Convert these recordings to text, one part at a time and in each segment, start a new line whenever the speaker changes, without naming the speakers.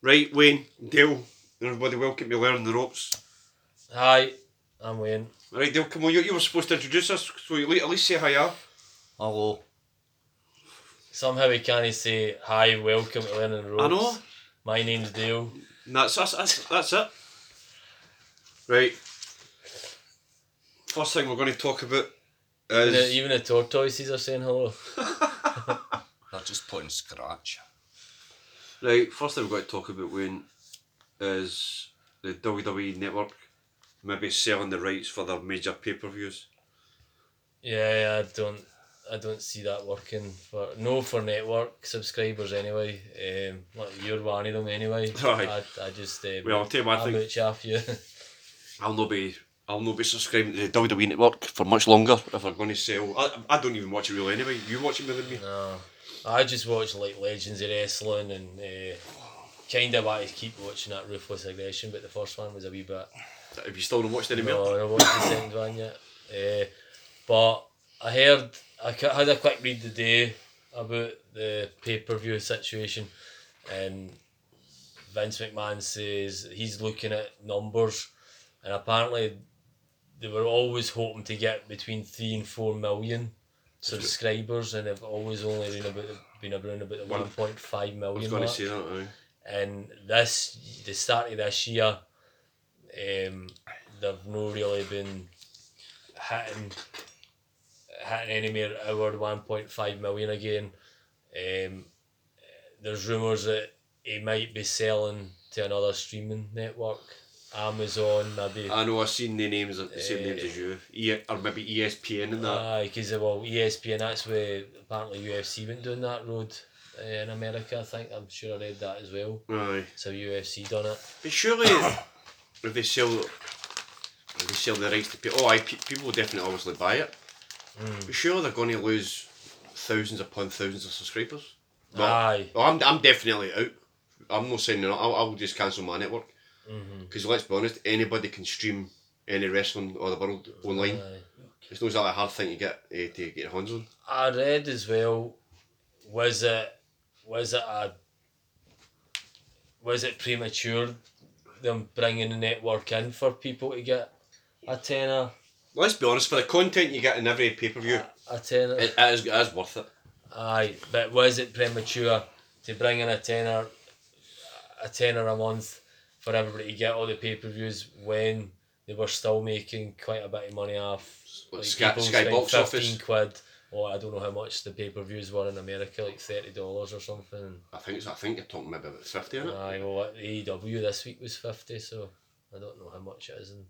Right, Wayne, Dale, everybody welcome to Learn the Ropes.
Hi, I'm Wayne.
Right, Dale, come on, you, you were supposed to introduce us, so you at least say hi, yeah?
Hello.
Somehow we can't say hi, welcome to Learning Roads.
I know.
My name's Dale.
And that's, that's, that's, that's it. Right. First thing we're going to talk about
Even the,
is.
even the tortoises are saying hello.
They're just putting scratch.
Right, first thing we've got to talk about, Wayne, is the WWE Network maybe selling the rights for their major pay per views.
Yeah, I don't, I don't see that working for no for network subscribers anyway. Um, well, you're one of them anyway.
Aye.
I, I just um,
Well, I'll tell you one
I
thing.
vouch off you.
I'll not be I'll not be subscribing to the WWE network for much longer if I'm going to sell. I, I don't even watch it really anyway. You watch it more than me.
no, I just watch like Legends of Wrestling and uh, kind of want to keep watching that Ruthless Aggression, but the first one was a wee bit.
Have you still not watched any more?
No, I watched the second one yet. Uh, but I heard, I cu- had a quick read today about the pay per view situation, and Vince McMahon says he's looking at numbers, and apparently they were always hoping to get between three and four million subscribers, and they've always only been about the, been around about the
Well,
one point five
I
million.
was going to
mark
say that. Aye.
and this the start of this year, um, they've not really been hitting hitting anywhere over one point five million again. Um, there's rumours that he might be selling to another streaming network, Amazon maybe.
I know. I've seen the names, the same names
Eh.
as you, e- or maybe ESPN and that.
Aye, because well, E ESPN. That's where apparently UFC went down that road uh, in America. I think I'm sure I read that as well.
Aye.
So UFC done it.
But surely, if they sell, if they sell the rights to people, oh, aye, pe- people will definitely obviously buy it.
Mm.
But surely they're going to lose thousands upon thousands of subscribers. Well,
Aye.
well, I'm, I'm definitely out. I'm not saying no. I'll, I'll just cancel my network.
Mm-hmm.
Because let's be honest, anybody can stream any wrestling or the world online.
Aye.
It's not exactly a hard thing to get uh, to get your hands on.
I read as well. Was it was it a was it premature them bringing the network in for people to get a tenner
Let's be honest, for the content you get in every pay per view,
a tenner?
Uh, it, it, is, it is worth it.
Aye, but was it premature to bring in a tenner a tenner a month for everybody to get all the pay per views when they were still making quite a bit of money off
Like Sky-
people
Sky
spend
box office.
quid or I don't know how much the pay per views were in America, like thirty dollars or something.
I think it's, I think you're talking maybe about fifty in it.
Aye, well, what AEW this week was 50, so I don't know how much it is. And,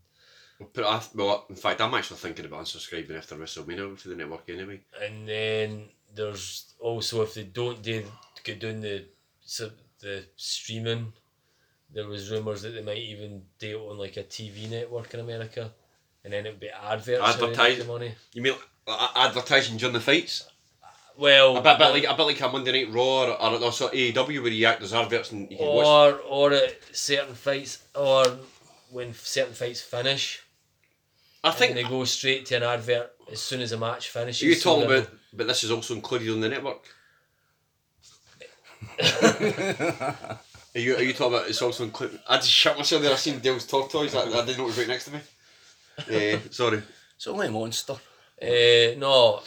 But I, well, in fact, I'm actually thinking about unsubscribing after WrestleMania to the network anyway.
and then there's also, if they don't do, go down the, sub- the streaming, there was rumours that they might even do it on like a TV network in America. And then it would be adverts. how they make
Advertise-
The money.
You mean uh, advertising during the fights?
Well,
A bit, bit like a bit like a Monday Night Raw or, or, or sort of AEW where you act as adverts and you can watch.
or, or at certain fights, or when certain fights finish,
I
I
think
they go straight to an advert as soon as a match finishes.
you're
so
talking
they're-
about, but this is also included on the network. are you are you talking about it's also included? I just shut myself there. I seen Dale's tortoise. I, I didn't know it was right next to me. Yeah, sorry.
It's only a monster.
Uh, no,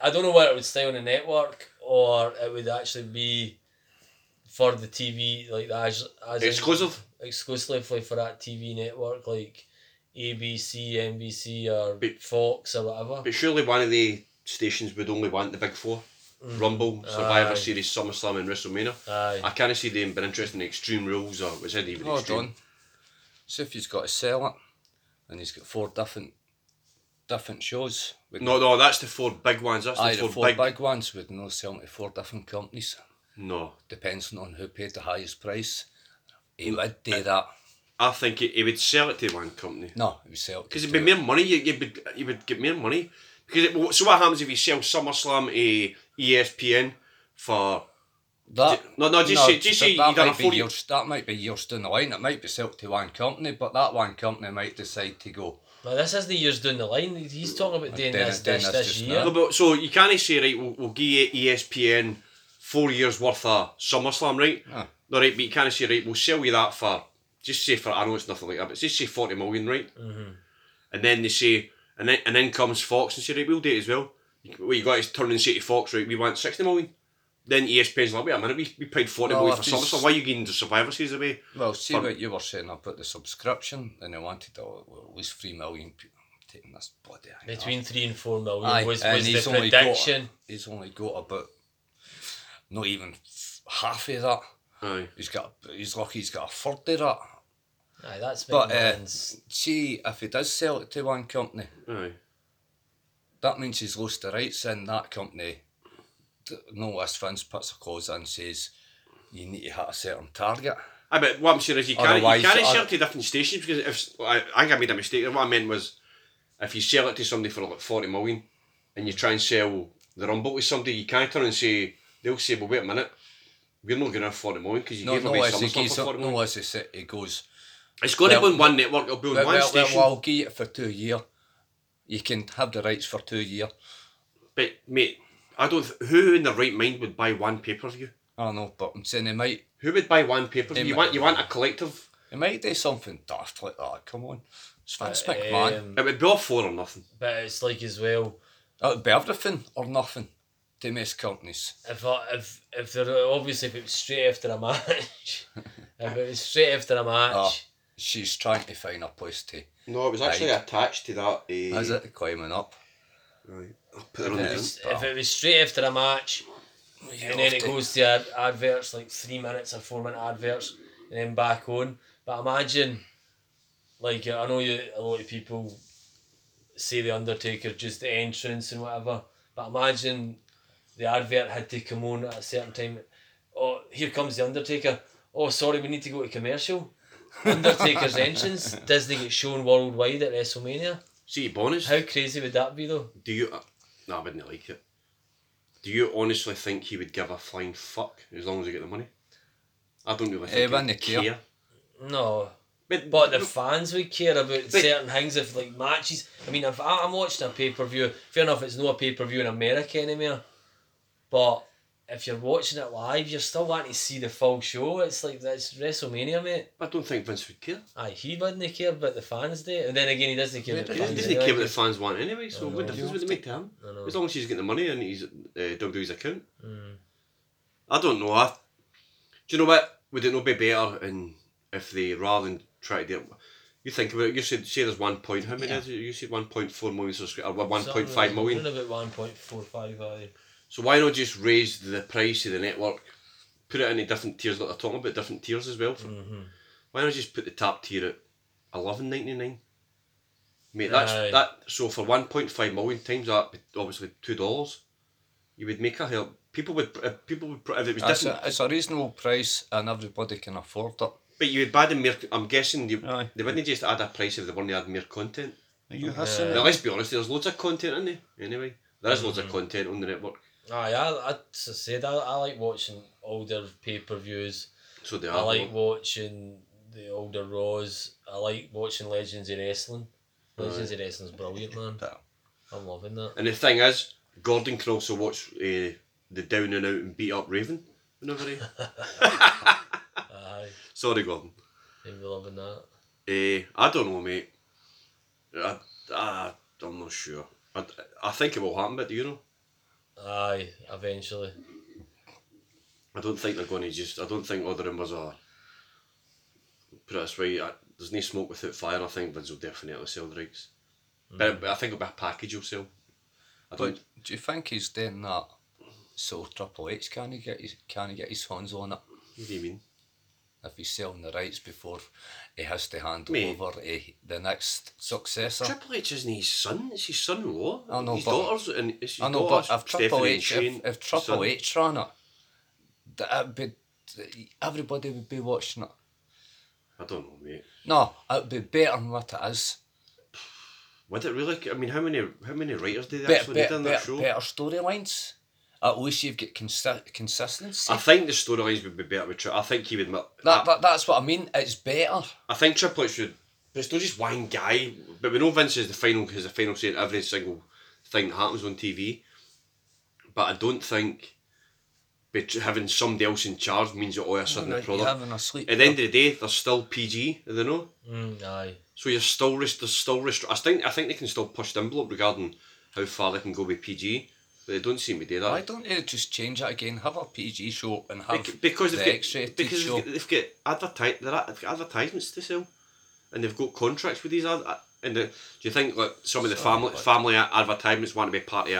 I don't know whether it would stay on the network or it would actually be for the TV, like the as, as in-
Exclusive.
exclusively for that TV network, like ABC, NBC, or
But-
Fox or whatever.
But surely one of the stations would only want the big four: Rumble, Survivor
Aye.
Series, SummerSlam, and WrestleMania.
Aye.
I can't see them being interested in Extreme Rules or was it even
Hold
Extreme?
on. So if he's got to sell it, and he's got four different different shows. With
No, no, that's the four big ones. That's
aye,
the four,
big,
big.
ones with no selling to four different companies,
No,
depending on who paid the highest price. He would
Uh,
do that.
I think he, he would sell it to one company.
No, he would sell it.
Because
to
it'd be
two.
more money. You, you would you would get more money. Because it, well, so what happens if you sell SummerSlam to E ESPN for?
that,
no, no, just say- just say
that,
you
that
done a
might be
forty-
years, that might be years down the line. It might be sold to one company, but that one company might decide to go.
Now, this is the years down the line. He's talking about doing
doing
this,
it- doing
this,
this
this
just
year.
E No, but so you can't say right. We'll, we'll give ESPN four years worth of SummerSlam, right?
Ah.
No, right, but you can't say, right, we'll sell you that for, just say for, I know it's nothing like that, but just say 40 million, right?
Mm-hmm.
And then they say, and then, and then comes Fox and say, right, we'll do it as well. What you got is turn and say to Fox, right, we want 60 million. Then E ESPN's like, wait a minute, we, we paid 40
Well,
million
if
for
he's-
SummerSlam, why are you getting the Survivor Series away?
Well, see
Fun.
what you were saying about the subscription, and they wanted all, well, at least three million people taking this bloody. thing off.
Between three and four million
Aye,
was,
and
was the
he's only
prediction.
Got, he's only got about not even half of that.
Aye.
He's got. He's lucky. He's got a third of that.
Aye, that's big
But, uh,
man's.
See, if he does sell it to one company,
Aye.
that means he's lost the rights in that company. D- No less Vince puts a clause in says you need to hit a certain target.
I but what I'm saying is you can't
Otherwise,
you can't
uh,
sell it to different stations because if I, I think I made a mistake. What I meant was if you sell it to somebody for like forty million and you try and sell the rumble to somebody, you can't turn and say they'll say, Well wait a minute, we're not gonna have forty million because you
No,
gave
no
away
less he
SummerSlam
gives
for
up.
forty
No
million.
less he, sa- he goes.
It's gonna
well-
be on one network, it'll be on
Well,
one
well, well,
station.
I'll give it for two year. You can have the rights for two year.
But mate, I don't th- who in their right mind would buy one pay per view?
I know, but I'm saying they might.
Who would buy one pay per view?
They
You
might-
want you want a collective
They might do something daft like that. Come on, it's Vince
Um,
McMahon.
it would be all four or nothing.
but it's like as well,
That would be everything or nothing to most companies.
if I, if if they're obviously if it was straight after a match, if it was straight after a match,
Ah. She's trying to find a place to.
No, it was
actually
attached to that uh,
Is it climbing up?
Right. I'll put it on
Yeah.
the
if it was straight after a match, and then it goes to ad- adverts like three minutes or four minute adverts, and then back on. But imagine, like I know you, a lot of people say the Undertaker just the entrance and whatever. But imagine the advert had to come on at a certain time. Oh, here comes the Undertaker. Oh, sorry, we need to go to commercial. Undertaker's entrance Disney gets shown worldwide at WrestleMania.
See bonus.
How crazy would that be though?
Do you? Uh, no, I wouldn't like it. Do you honestly think he would give a flying fuck as long as he get the money? I don't really
Eh,
think. he
wouldn't
would
care.
No,
But,
But the fans would care about
But-
certain things if like matches. I mean, if I, I'm watching a pay per view, fair enough, it's not a pay per view in America anymore. But if you're watching it live, you're still wanting to see the full show. It's like that's WrestleMania, mate.
I don't think Vince would care.
Aye, he wouldn't care about the fans, do. And then again, he doesn't care. About
He
the
doesn't
fans
doesn't
anyway.
care what the fans want anyway. So
no.
what difference would it make to him?
I know. Mm.
As long as he's getting the money and he's uh, WWE's account. I don't know. I, do you know what? Would it not be better in if they rather than try to do it? You think about it. You said say there's one point. How many?
Yeah.
is it? You said one point four million subscribers. One
Something
point five
around
million.
about one point four five. Aye.
So why not just raise the price of the network, put it into different tiers like they're talking about, different tiers as well. For,
Mm-hmm.
Why not just put the top tier at eleven ninety nine? Mate, that's
Aye.
that. So for one point five million times that, obviously two dollars, you would make a help. People would if people would if it was
It's
different,
a, it's a reasonable price and everybody can afford it.
but you would buy them mere. I'm guessing you,
Aye.
they wouldn't just add a price if they weren't add mere content.
Are you
hissing?
Now let's be honest, there's loads of content in there anyway. There's loads
Mm-hmm.
of content on the network,
Aye, I, I, as I said, I, I like watching older pay per views.
so they are.
I like watching the older Raws. I like watching Legends of Wrestling. Legends of Wrestling's brilliant, man. I'm loving that.
And the thing is, Gordon can also watch uh, the down and out and beat up Raven whenever he.
Aye,
Sorry, Gordon.
I'm loving that.
Uh, I don't know, mate. I, I, I'm not sure. I, I think it will happen, but do you know?
Aye, eventually.
I don't think they're going to just. I don't think other rumours are. Put it this way, I, there's no smoke without fire. I think Vince will definitely sell the rights. But, but I think it'll be a package he'll sell. I don't.
But do you think he's doing that so Triple H can he get his can he get his hands on it
what do you mean?
if he's selling the rights before he has to hand
Mate.
over to the next successor?
Triple H isn't his son. It's his son-in-law.
I know,
his
Oh, but-
daughters and it's his
I know,
daughters,
but if Triple
Stephanie and
H,
Shane,
if, if
his
Triple
son.
H ran it, that'd be, everybody would be watching it.
I don't know, mate.
No, it'd be better than what it is.
Would it really? I mean, how many how many writers did they
Better,
actually need
better,
on that
better,
show?
better storylines. At least you've got consi- consistency.
I think the storylines would be better with Triple. I think he would. mi-
that,
I,
that, that's what I mean. It's better.
I think Triple H would. But it's not just one guy. But we know Vince is the final has the final say in every single thing that happens on TV. But I don't think But tr- having somebody else in charge means that all of a sudden the
You're
product.
having a sleep.
At the end of the day, they're still PG, you know.
Mm, aye.
So you're still rest. They're still rest. I think. I think they can still push the envelope regarding how far they can go with PG, but they don't seem to do that.
Why don't they just change that again? Have a PG show and have
Bec- because
the
they've got
X-rated
because
show.
they've got, they've got adverti- they're at- they've got advertisements to sell, and they've got contracts with these. Ad- ad- and the, do you think like some of the family family a- advertisements want to be part of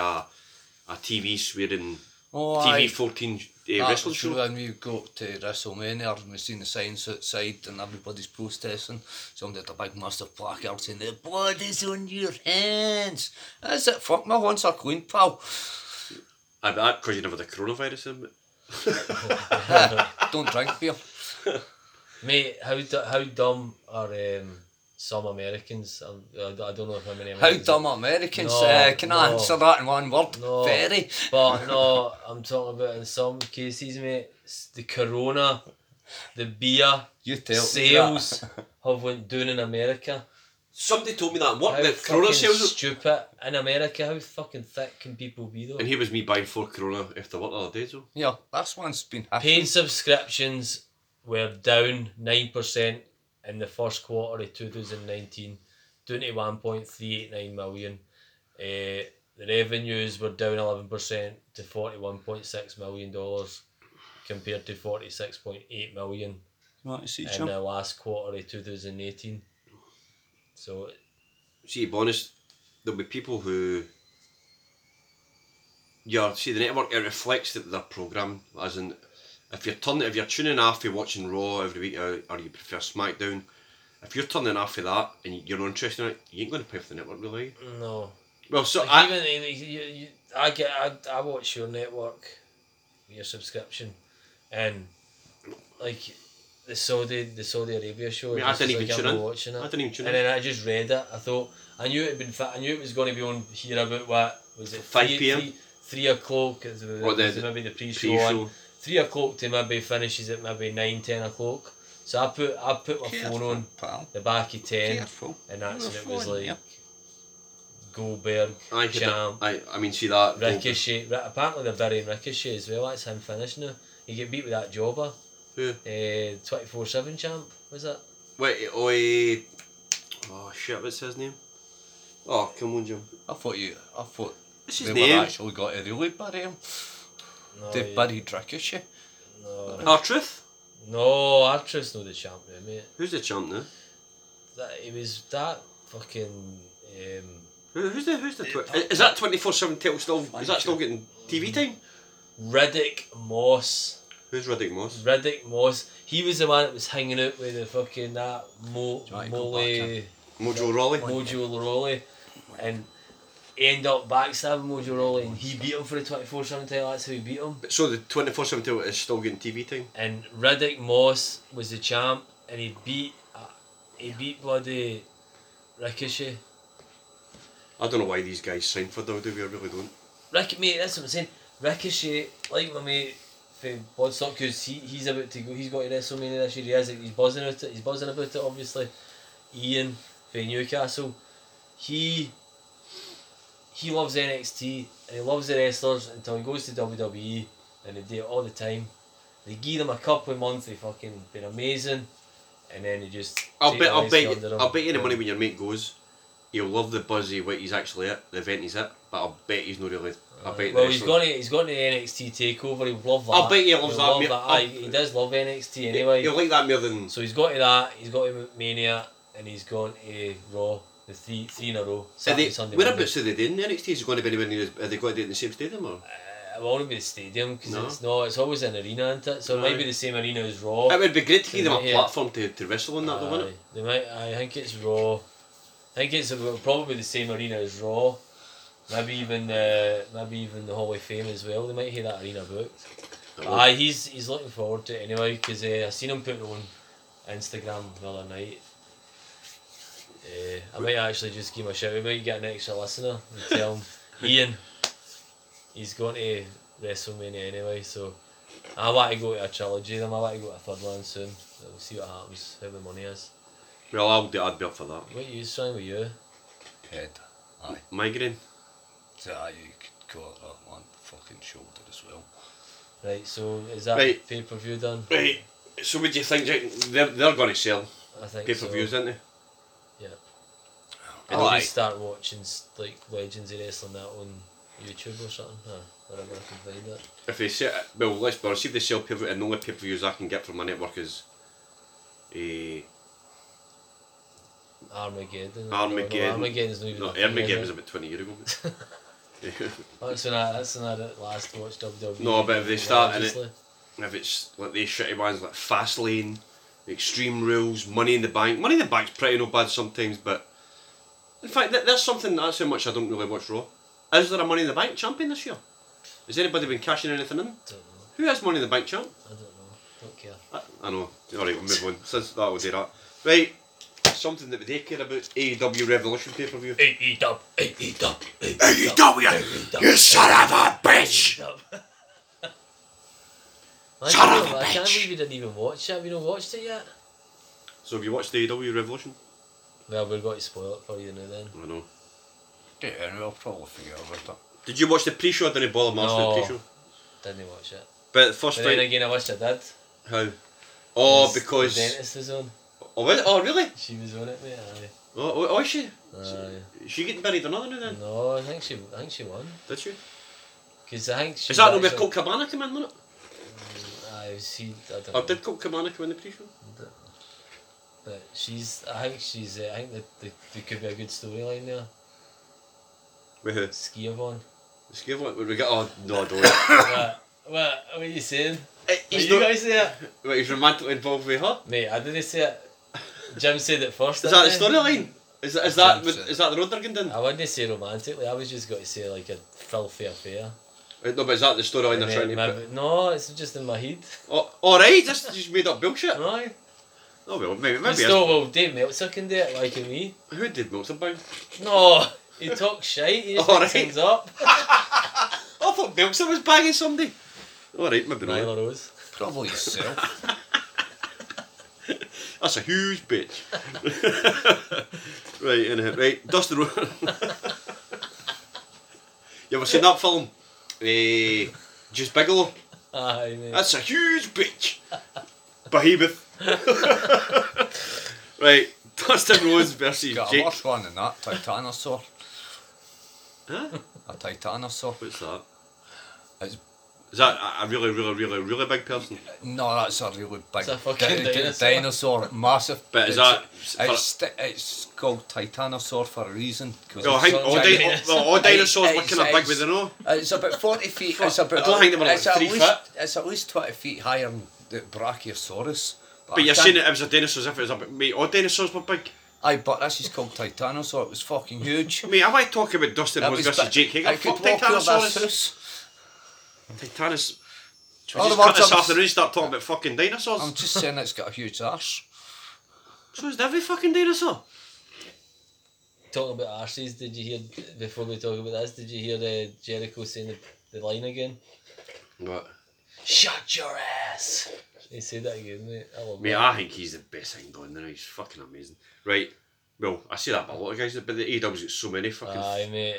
a, a TV swearing
oh, aye.
TV fourteen uh,
That's
wrestling
true.
show?
And we go to WrestleMania and we've seen the signs outside and everybody's protesting. Somebody had a big massive placard saying, The blood is on your hands. That's it. Fuck my hands are clean, pal.
I bet because you never had the coronavirus in it.
Don't drink beer.
Mate, how du- how dumb are um, some Americans? Um, I, I don't know how many.
How
Americans
dumb Americans.
No,
uh, can I
no.
answer that in one word?
No.
Very.
But no, I'm talking about in some cases, mate. s- The Corona, the beer
You tell me
sales have went down in America.
Somebody told me that what
How
Oh, the corona
fucking
sales.
stupid in America. How fucking thick can people be though?
And here was me buying four corona after work the other day, so
Yeah, that's one's been
Paid
happening.
subscriptions were down nine percent in the first quarter of 2019, down to 1.389 million. Uh, the revenues were down 11% to 41.6 million dollars compared to 46.8 million
You want to see,
in
Jim?
the last quarter of 2018. So
see, to be honest, there'll be people who. Yeah, see, the network it reflects that their program, as in, if you're turning, if you're tuning off, you're watching Raw every week, uh, or, or you prefer SmackDown. If you're turning off for that and you're not interested in it, you ain't going to pay for the network, really. are you?
no,
Well, so
Like
I,
even you, you, you, I get I, I watch your network, your subscription, and like the Saudi the Saudi Arabia show.
I mean, I
just
didn't
was
even
like,
tune
I'm
in.
watching it.
I didn't even tune
and
in.
then I just read it. I thought I knew it had been. Fa- I knew it was going to be on here about what was it
5
three-
PM?
three- Three o'clock is the,
What, the-
was maybe the pre-show,
pre-show.
on. Three o'clock to maybe finishes at maybe nine ten o'clock. So I put I put my phone
Careful,
on
pal.
the back of ten,
Careful.
and that's
Your
when it was
phone,
like
yeah.
Goldberg,
I, had
Champ,
that, I, I mean, see that.
Ricochet. Ri- apparently they're burying Ricochet as well. That's him finished now. He get beat with that jobber.
Who?
Twenty four seven champ was that?
Wait, oh, eh, oh shit, what's his name? Oh, come on, Jim.
I thought you. I thought.
What's his
They
name?
were actually got to really bury him.
No,
They buried Ricochet.
no,
Our truth.
no, Archer's not the champ now, mate.
Who's the champ now?
That it was that fucking. Um,
Who, who's the who's the tw- is that twenty four seven title still? Is that still getting TV time?
Riddick Moss,
Who's Riddick Moss?
Riddick Moss, he was the one that was hanging out with the fucking that Mo
you want to go back
Molly
Mojo Rawley.
Mojo Rawley, and he ended up backstabbing Mojo Rawley, and he beat him for the twenty four seven title. That's how he beat him.
So the twenty four seven title is still getting TV time.
and Riddick Moss was the champ, and he beat uh, he beat bloody Ricochet.
I don't know why these guys signed for WWE. I really don't.
Rick, mate, that's what I'm saying. Ricochet, like my mate from Bloodstock, because he, he's about to go, he's got to WrestleMania this year, he has it, he's buzzing about it, he's buzzing about it, obviously. Ian from Newcastle, he he loves NXT, and he loves the wrestlers until he goes to WWE, and they do it all the time. They give them a couple of months, they fucking been amazing, and then they just
I'll
take
bet.
the
I'll
ice
bet.
under
You,
'em.
I'll bet you any money when your mate goes, he'll love the buzz of what he's actually at, the event he's at. But I'll bet he's not really. I bet.
Well,
the
he's
wrestling-
gone. To, he's gone to NXT Takeover. He love that.
I'll bet he loves
He'll
that, oh,
love
mate.
Aye,
I'll-
he does love NXT anyway.
He'll like that more than.
So he's got to that. He's got to Mania, and he's gone to Raw. The three, three in a row.
Are
Saturday,
they,
Sunday.
whereabouts are they doing the NXT? Is it going to be anywhere near? Are they going to do it in the same stadium or?
Monday. Uh, It will only be the stadium because
No.
it's no. It's always an arena, isn't it? So it
Aye.
might be the same arena as Raw.
It would be great to give them a
Yeah.
platform to, to wrestle in that, though, wouldn't it?
Aye, they might. I think it's Raw. I think it's probably the same arena as Raw. Maybe even uh, maybe even the Hall of Fame as well. They might hear that arena booked. But
will.
Aye, he's he's looking forward to it anyway because uh, I seen him put it on Instagram the other night. Uh, I might actually just give him a shout. We might get an extra listener and tell him Ian. He's going to WrestleMania anyway, so I want to go to a trilogy. Then I want to go to a third one soon. We'll see what happens. How the money is.
Well, I'll do. I'd be up for that.
What you trying with you?
Head. Aye.
Migraine.
So, aye, you could call it that one fucking shoulder as well.
Right, so is that
Right.
pay per view done?
Right. So what do you think, Jack? They're, they're going to sell
I think
pay per views,
So.
aren't they?
And
Aye.
we start watching s- like Legends of Wrestling that on YouTube or something, huh? wherever I can find it.
If they sell, well, let's be honest. If they sell pay per and the only pay per views I can get from my network is, eh,
Armageddon. No, no,
Armageddon.
Armageddon's not even.
no,
a thing,
Armageddon
is
was
it?
about twenty years ago.
That's when I. That's when I last watched WWE.
No, but if they start in it-
religiously.
And if it's like these shitty ones like Fastlane, Extreme Rules, Money in the Bank. Money in the Bank's pretty no bad sometimes, but in fact, that, that's something that's how much I don't really watch Raw. Is there a Money in the Bank champion this year? Has anybody been cashing anything in?
Don't know.
Who has Money in the Bank champ?
I don't know. Don't care.
I, I know. All right, we'll move on. Since that, we'll do that. Right, something that they care about: AEW Revolution pay per view.
AEW, AEW, E
AEW, E you son of a bitch!
I
Son of
can't
a
believe- I can't
bitch.
believe you didn't even watch it. Have you not watched it yet?
So have you watched AEW Revolution?
Well, we've got to spoil it for you now then.
I know.
Yeah, anyway, I'll probably figure out about
Did you watch the pre-show? I didn't bother watching
No.
the pre-show.
Didn't watch it.
But the first
But
fight,
then again, I wish I did.
how? Oh,
Because
because
The dentist was on.
Oh, was it? oh really?
She was on it, mate.
Oh, oh, oh, is she?
Aye.
Is she getting buried another now
Aye.
then?
Uh, No, I think she, I think she won.
Did she?
Because I think she.
Is that the way
actually-
Colt Cabana came in, wasn't it?
Aye, she. I don't
Or
know.
Oh, did Colt Cabana come in the pre-show?
But she's. I think she's. Uh, I think that the, there could be a good storyline there.
With who?
Skiavon.
Let's give one. We got. Oh no, I don't.
what? What? What are you saying?
Eh,
Did
he's
you
not.
guys say it?
Wait, he's romantically involved with her.
Mate, I didn't say it. Jim said it first.
Is that
didn't
the
he?
storyline? Is that is that
Jumps in.
is that the road they're going down?
I wouldn't say romantically. I was just going to say like a filthy affair.
Wait, No, but is that the storyline
And
they're
then
trying to?
my-
put-
no, it's just in my head.
Oh, all right, that's just made up bullshit.
No,
Oh well, maybe maybe. it's-
it's still well. Dave Meltzer can do it like me.
Who did Milton Bang?
No, he talks shite. He just
All
makes
right.
things up.
I thought Milton was banging somebody. All right, maybe not.
Nyla Rose.
that. Probably yourself.
That's a huge bitch. eh, right, anyhow, right, Dustin Ro- you ever seen that film? Eh, Just Bigelow.
Aye, mate.
That's a huge bitch. Behemoth. right, Dustin Rhodes versus
Got a
Jake.
worse one than that, Titanosaur.
Huh?
A Titanosaur.
What's that?
It's,
Is that a- a really, really, really, really big person?
no, that's a really big
It's a fucking
di- di-
dinosaur.
dinosaur, massive.
But is
it's-
that-
It's, sti- it's called Titanosaur for a reason. 'cause
Well, I
it's
think
so
all, Oh,
giant.
di- well, all dinosaurs were
It's-
kind of big
it's-
with the know.
It's about 40 feet. It's
Fuck,
about,
I don't think they were like
it's at
three
least, It's at least 20 feet higher than the Brachiosaurus.
But
I
you're
can't-
saying it was a dinosaur as if it was a big. Mate, all dinosaurs were big.
Aye, but this is called Titanosaur. It was fucking huge.
Mate, I might talk about Dustin
That
Rhodes
was
versus
big.
Jake Hager.
I could
Fuck
walk over this
Titanosaurus.
house.
Titanus. Should
All
we
the Um,
just cut
words
this
I'm-
off and really start talking about fucking dinosaurs?
I'm just saying it's got a huge arse.
so is every fucking dinosaur.
Talking about arses, did you hear, before we talk about this, did you hear uh, Jericho saying the, the line again?
But
Shut your ass! He said that again, mate. I love
mate,
that.
I think he's the best thing going there. He's fucking amazing. Right. Well, I see that by a lot of guys, but the AEW's got so many fucking.
Aye, mate.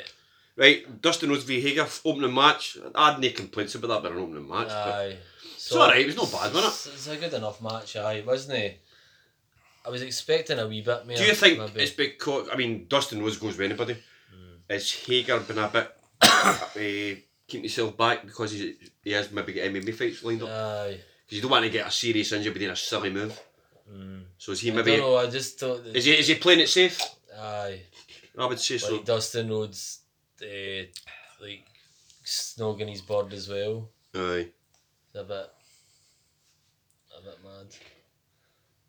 Right, Dustin Rhodes v Hager f- opening match. I had no complaints about that, but an opening match. but
Aye.
it's all right. It was not bad, wasn't
It's, it's a good enough match, aye, wasn't it? I was expecting a wee bit more.
it? Do you think
maybe. Hmm.
it's because I mean Dustin Rhodes goes with anybody? Is Hager been a bit uh, keeping himself back because he he has maybe got MMA fights lined up?
Aye.
Because you don't want to get a serious injury by doing a silly move. So is he
Hmm. I
maybe
don't know, I just thought that.
is he is he playing it safe?
aye.
I would say so.
Like Dustin Rhodes, uh, like, snogging his board as well.
Aye.
It's a bit, a bit mad.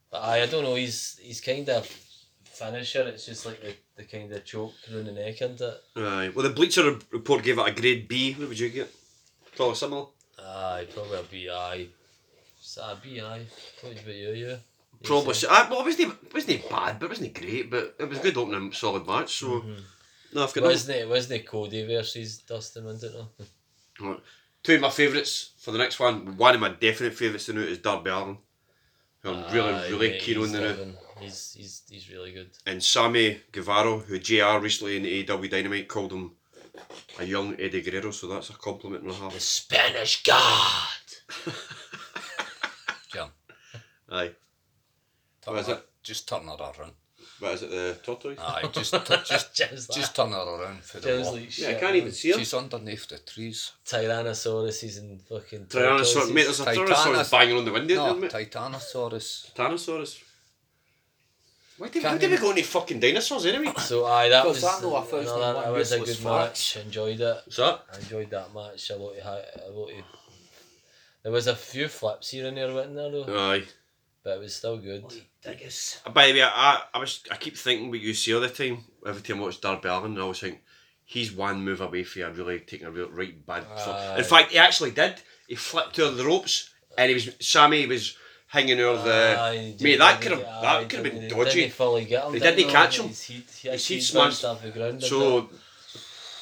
But I, I don't know. He's he's kind of finisher. It's just like the, the kind of choke around the neck, isn't it?
Aye. Well the Bleacher Re- report gave it a grade B. What would you get? Probably similar.
Aye, probably a BI. It's a BI. What about you? You? You
Probably
say?
si- I, well it wasn't it wasn't bad, but it wasn't great, but it was a good opening solid match, so
Mm-hmm.
no I've got nothing.
Wasn't it? Wasn't it Cody versus Dustin? Wasn't it?
Right. Two of my favourites for the next one. One of my definite favourites to note is Darby Allin. who I'm
Ah,
really, really keen on the now.
now. He's he's he's really good.
And Sammy Guevara, who JR recently in AEW Dynamite called him a young Eddie Guerrero, so that's a compliment and a half.
Spanish God.
John,
Aye.
turn
Was
her-
it?
just turn her around.
What is it, the tortoise?
Aye, just, t- just,
Just that.
just turn her around for the
Joe's
walk.
like,
yeah, I
shit,
can't
man.
even see her.
She's underneath the trees.
Tyrannosauruses and fucking.
Tyrannosaurus, mate, there's a
Titanos-
Tyrannosaurus banging on the window
No,
there, mate.
Titanosaurus.
Tyrannosaurus. Why did,
Can't
how did we
even-
go into fucking dinosaurs anyway?
So aye, that
Because
was
I know a thousand
another-
and one
that was a
useless
good
facts.
match. Enjoyed it.
What's that?
I enjoyed that match a lot. Of, hi- a lot of, there was a few flips here and there, wasn't there though?
Aye.
But it was still good.
Diggers.
By the way, I, I was I keep thinking what you see all the time. Every time I watch Darby Allin, I always think he's one move away from you really taking a real right bad. flip.
Aye.
In fact, he actually did. He flipped her the ropes, and he was Sammy was hanging over the.
Aye,
Uh, mate, that
didn't-
could have
aye,
that could have been
didn't-
dodgy.
Didn't fully get him.
They didn't catch him.
His heat, he had
His heat
heat
smashed.
bounced off the ground. didn't it?
so,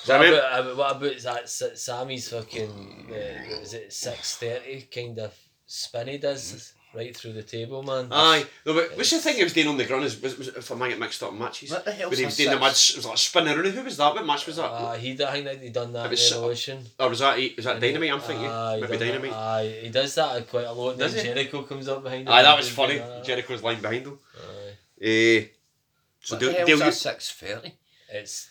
so I
What
remember,
about, uh, what about that S- Sammy's fucking uh, what was it six thirty kind of spin he does right through the table, man.
aye, no, but what's the thing he was doing on the ground? Is was, was, if I might get mixed up in matches,
What the hell's
but he
a
was doing the
six?
mad, it was like spinning around. Who was that? What match was that?
Uh, he I think that he done that
It
in
was so-
Evolution.
or was that was that Dynamite? I'm thinking
Aye, he
maybe
done that-
Dynamite.
Aye, Ah, he does that quite a lot. And then
Does he?
Jericho comes up behind him.
Aye, that
and
was
does
funny.
that.
Jericho's lying behind him.
Aye.
Eh, so
So
do,
the hell's
do you,
a six thirty?
It's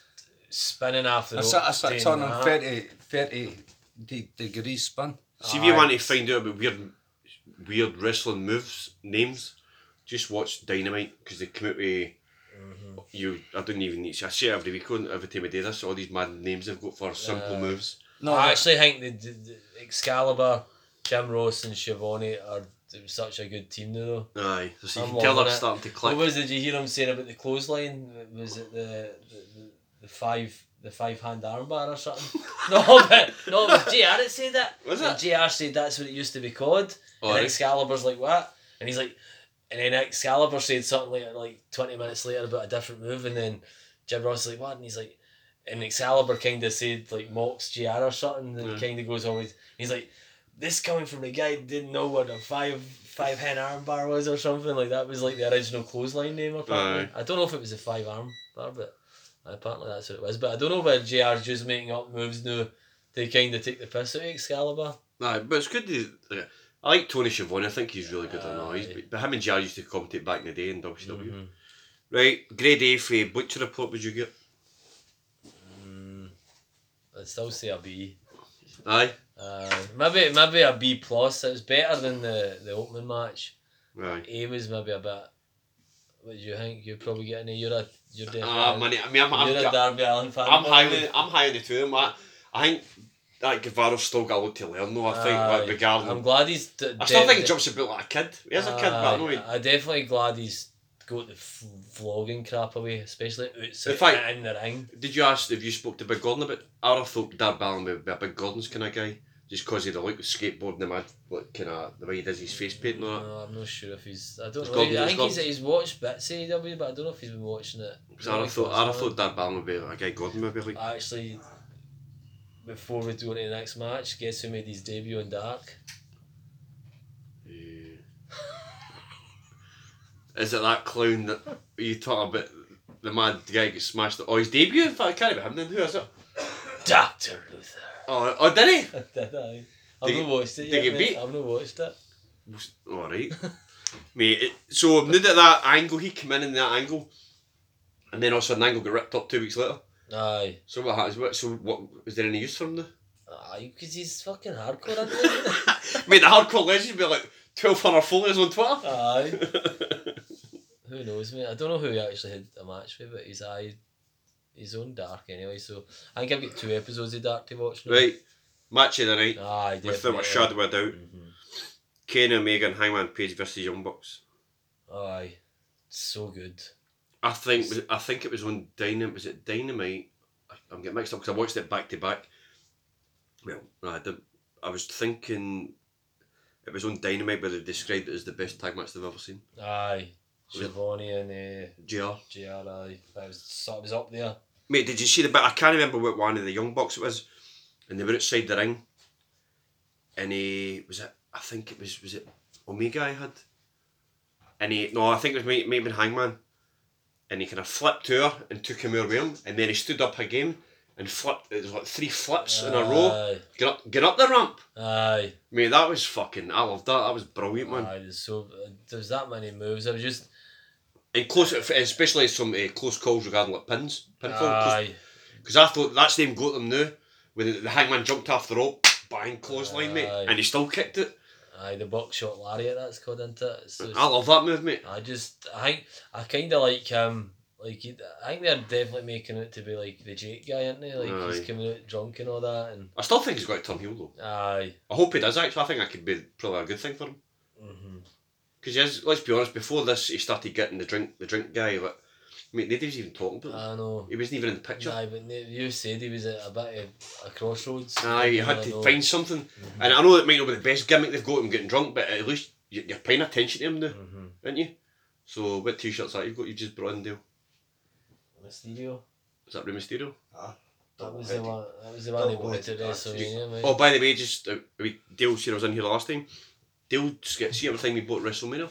spinning after the
That's a, that's a turn on 30, 30 de- degrees spin.
see if you
Aye.
want to find out about weird, weird wrestling moves names, just watch Dynamite because they come out with
Mm-hmm.
you. I don't even need. I see it every week on every time I do this. All these mad names they've got for simple moves.
No,
I
that-
actually think the, the, the Excalibur, Jim Ross, and Shivani are such a good team though.
Aye, so you
I'm
can tell
loving
they're
it.
starting to
What
click.
was it? Did you hear him saying about the clothesline? Was it the the, the, the five the five hand armbar or something? no, but no, it was JR that said that.
Was
And
it?
JR said that's what it used to be called.
Oh,
and
right.
Excalibur's like what? And he's like, and then Excalibur said something like like twenty minutes later about a different move, and then Jim Ross is like what? And he's like, and Excalibur kind of said like mocks JR or something, and
Yeah.
kind of goes always. He's like this coming from the guy who didn't know what a five five hand arm bar was or something like that was like the original clothesline name apparently. I don't know if it was a five arm bar, but apparently that's what it was. But I don't know whether JR's just making up moves now to kind of take the piss out of Excalibur.
Aye, but it's good. To, like, I like Tony Schiavone. I think he's really good. I know. He's,
Aye. Mm-hmm.
but him and Jar used to commentate back in the day in WCW. Right, grade A for Butcher Report. Would you get?
I'd still say a B.
Aye,
Uh, maybe maybe a B plus. It was better than the, the opening match.
aye.
A was maybe a bit. What do you think? You're probably getting a. You're a. You're definitely.
Ah, money. I mean, I'm, I'm,
you're a Darby Allen fan.
I'm high
aren't you?
on I'm high on the two of them. I, I think that Guevara's still got a lot to learn though. I think like
Aye.
regarding
I'm glad he's. D-
I still
de-
think he
de-
jumps about like a kid. He is a kid,
Ah,
but I know he,
Aye, I'm definitely glad he's got the f- vlogging crap away, especially outside
In fact-
in the ring.
Did you ask if you spoke to Big Gordon a bit? I would have thought Dar Ballon would be a Big Gordon's kind of guy, just because he had a look with skateboarding him, like kind of the way he does his face paint and all that.
No, I'm not sure if he's. I don't
He's
know.
got-
I
he's
think
got-
he's, he's watched bits of AEW, but I don't know if he's been watching it.
'Cause I would have thought, I would have thought Dar Ballon would be a guy Gordon would be like.
Actually, before we do on to the next match, guess who made his debut in Dark?
eh. Is it that clown that you talk about? The mad guy gets smashed. Oh, his debut. In fact, I can't remember him. Then who is it?
Doctor Luther.
Oh, oh, did he?
Did I? I've
Did you-
not watched it
did
yet.
you
mate.
beat-
I've not watched it.
All right, mate. It, so now that that angle, he came in in that angle, and then also an angle got ripped up two weeks later.
Aye.
So what happens? What, so what is there any use for him now?
Aye, because he's fucking hardcore, isn't he?
mate, the hardcore legends be like twelve hundred followers on Twitter.
Aye. who knows, mate? I don't know who he actually had a match with, but he's aye, he's on Dark anyway. So I think I've got two episodes of Dark to watch now.
right, match of the night
Aye,
without
definitely. Mm-hmm.
a shadow of a doubt. Kane Omega and Hangman Page versus Young Bucks.
Aye, so good.
I think I think it was on Dynamite. Was it Dynamite? I- I'm getting mixed up because I watched it back to back. Well, no, I didn't. I was thinking it was on Dynamite, but they described it as the best tag match they've ever seen.
Aye,
Was-
Giovanni and uh,
Gr.
Jr. Aye, that was so it was up there.
Mate, did you see the bit? I can't remember what one of the young bucks it was, and they were outside the ring, and he was it. I think it was was it Omega I had, and he no, I think it was may- maybe Hangman, and he kind of flipped to her and took him over with him, and then he stood up again. and flipped. It was like three flips in a
Uh.
row. Get up, get up the ramp,
Aye, aye,
mate. That was fucking. I loved that. That was brilliant, man.
aye. There's so there's that many moves. I was just
And close, especially some uh, close calls regarding like pins, pinfall.
aye,
Because I thought that's them got them now. When the, the hangman jumped off the rope, bang, clothesline, mate,
Aye.
and he still kicked it.
aye. The box shot lariat that's called into it. It's just-
I love that move, mate.
I just I think I kind of like um like he- I think they're definitely making it to be like the Jake guy, aren't they? Like
Aye.
he's coming out drunk and all that, and
I still think he's got to turn heel though.
aye,
I hope he does actually. I think that could be probably a good thing for him.
hmm
Because he is, let's be honest, before this he started getting the drink the drink guy, like mate, nobody was even talking about him.
I know.
he wasn't even in the picture.
Aye, but n- you said he was at a bit of a crossroads.
Aye, you
I
had to
know.
find something.
Mm-hmm.
And I know it might not be the best gimmick they've got him getting drunk, but at least you- you're paying attention to him now,
Mhm.
aren't you? So what t shirts that you've got you just brought in Dale?
Mysterio.
Is that Rey Mysterio?
Ah.
That was the
Double-headed.
one. That was the one they
Double
wanted at
headed axe.
WrestleMania. Mate.
Oh by the way, just uh, I mean, Dale see I was in here last time. Dale just get see every time we bought WrestleMania,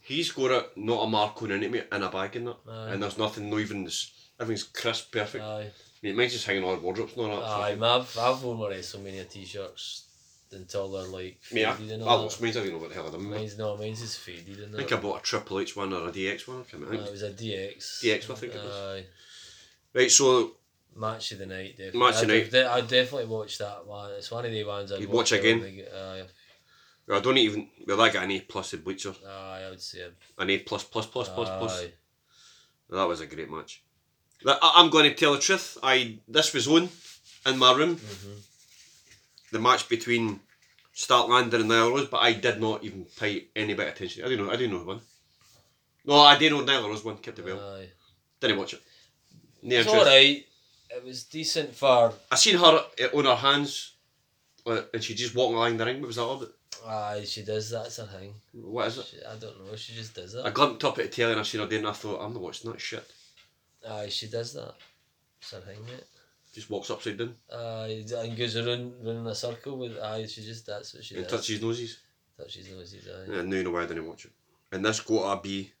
he's got a not a mark on it, mate, and a bag in that.
Aye.
And there's nothing, no even this everything's crisp, perfect.
Aye,
Mate, mine's just hanging on wardrobes and all that.
aye. man, I've I've worn my WrestleMania t-shirts until they're like
Mate, I,
faded and
I
all
lost
that.
mine, I don't know what the hell I done with it.
Mine's no, mine's is faded
I
and all
think I bought a Triple H one or a DX one, I can't
that. Aye,
remember.
It was a DX.
DX, I think it was.
Aye.
Right, so
Match of the night, definitely.
Match of the
I
night.
De- I definitely watched that one. It's one of the ones I
You'd watch again?
Aye,
well, I don't even, well that got an A plus in Bleacher,
aye, I would say.
an A plus plus plus plus plus.
aye.
That was a great match. That, I, I'm going to tell the truth, I this was on in my room,
Mm-hmm.
the match between Statlander and Nyla Rose, but I did not even pay any bit of attention. I didn't know, I didn't know who won. No, I did know Nyla Rose won, kept it well.
aye.
Didn't watch it. No
It's
interest.
alright. It was decent for
I seen her uh, on her hands, uh, and she just walking along the ring. What was that all about?
aye, she does that's her thing.
What is it?
She, I don't know, she just does
I
that.
glimpsed up at the telly and I seen her doing it. and I thought, I'm not watching that shit.
Aye, she does that. It's her thing, mate.
Just walks upside down
Aye, and goes around running a circle with aye, she just that's what she
and
does.
touches noses.
Touches noses, aye.
Yeah, no, you know why I didn't watch it. And this got a B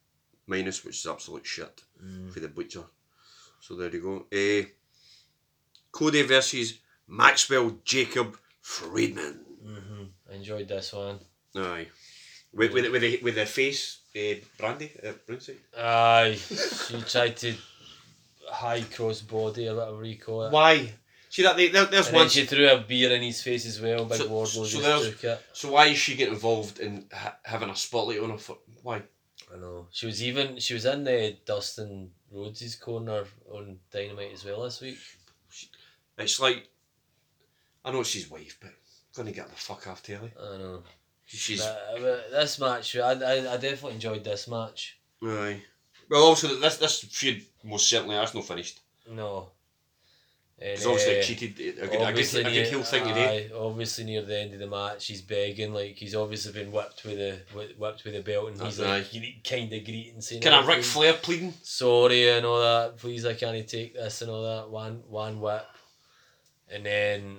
minus, which is absolute shit for the butcher. So there you go. Eh, Cody versus Maxwell Jacob Friedman.
I enjoyed this one.
Aye. With, with, with, the, with the face, eh, Brandy, uh, Brunsy.
Aye. she tried to high cross body or whatever you call it.
Why? See that they, there, there's
And
one.
then she threw a beer in his face as well. Big
So-
Wardlow
so
just
there's-
took it.
So why is she getting involved in ha- having a spotlight on her? For- why?
I know. She was even she was in the Dustin Rhodes' corner on Dynamite as well this week.
It's like, I know it's his wife, but gonna get the fuck off telly.
I know.
She's
But, uh, but this match, I, I, I definitely enjoyed this match.
aye. Well, also this this feud most certainly that's not finished.
No. And,
It's obviously
uh,
cheated. A good, a good,
obviously
a good heel thing to do.
aye, Obviously near the end of the match, he's begging like he's obviously been whipped with a whi- whipped with a belt, and he's
Aye.
like kind of greeting saying,
Kind of
"Oh,
Ric
please,
Flair pleading.
sorry and all that. Please, I can't take this and all that. One one whip, and then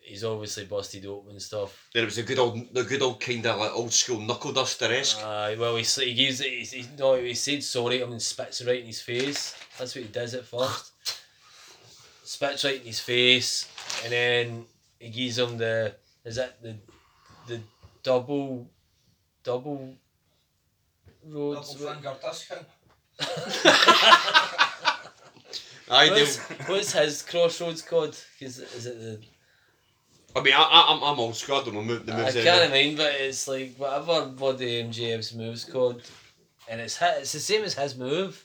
he's obviously busted open and stuff.
Then it was a good old, the good old kind of like old school knuckle duster esque.
Uh, well, he s- he gives he, he no he said sorry to him and spits right in his face. That's what he does at first. spits right in his face, and then he gives him the is it the the double double roads.
finger discount.
I do.
What's, what's his crossroads called? 'Cause is it the
I mean, I, I, I'm, I'm old school. I don't know mo- the
I
moves.
can't mind, but it's like whatever body MJF's move's called, and it's hi- it's the same as his move.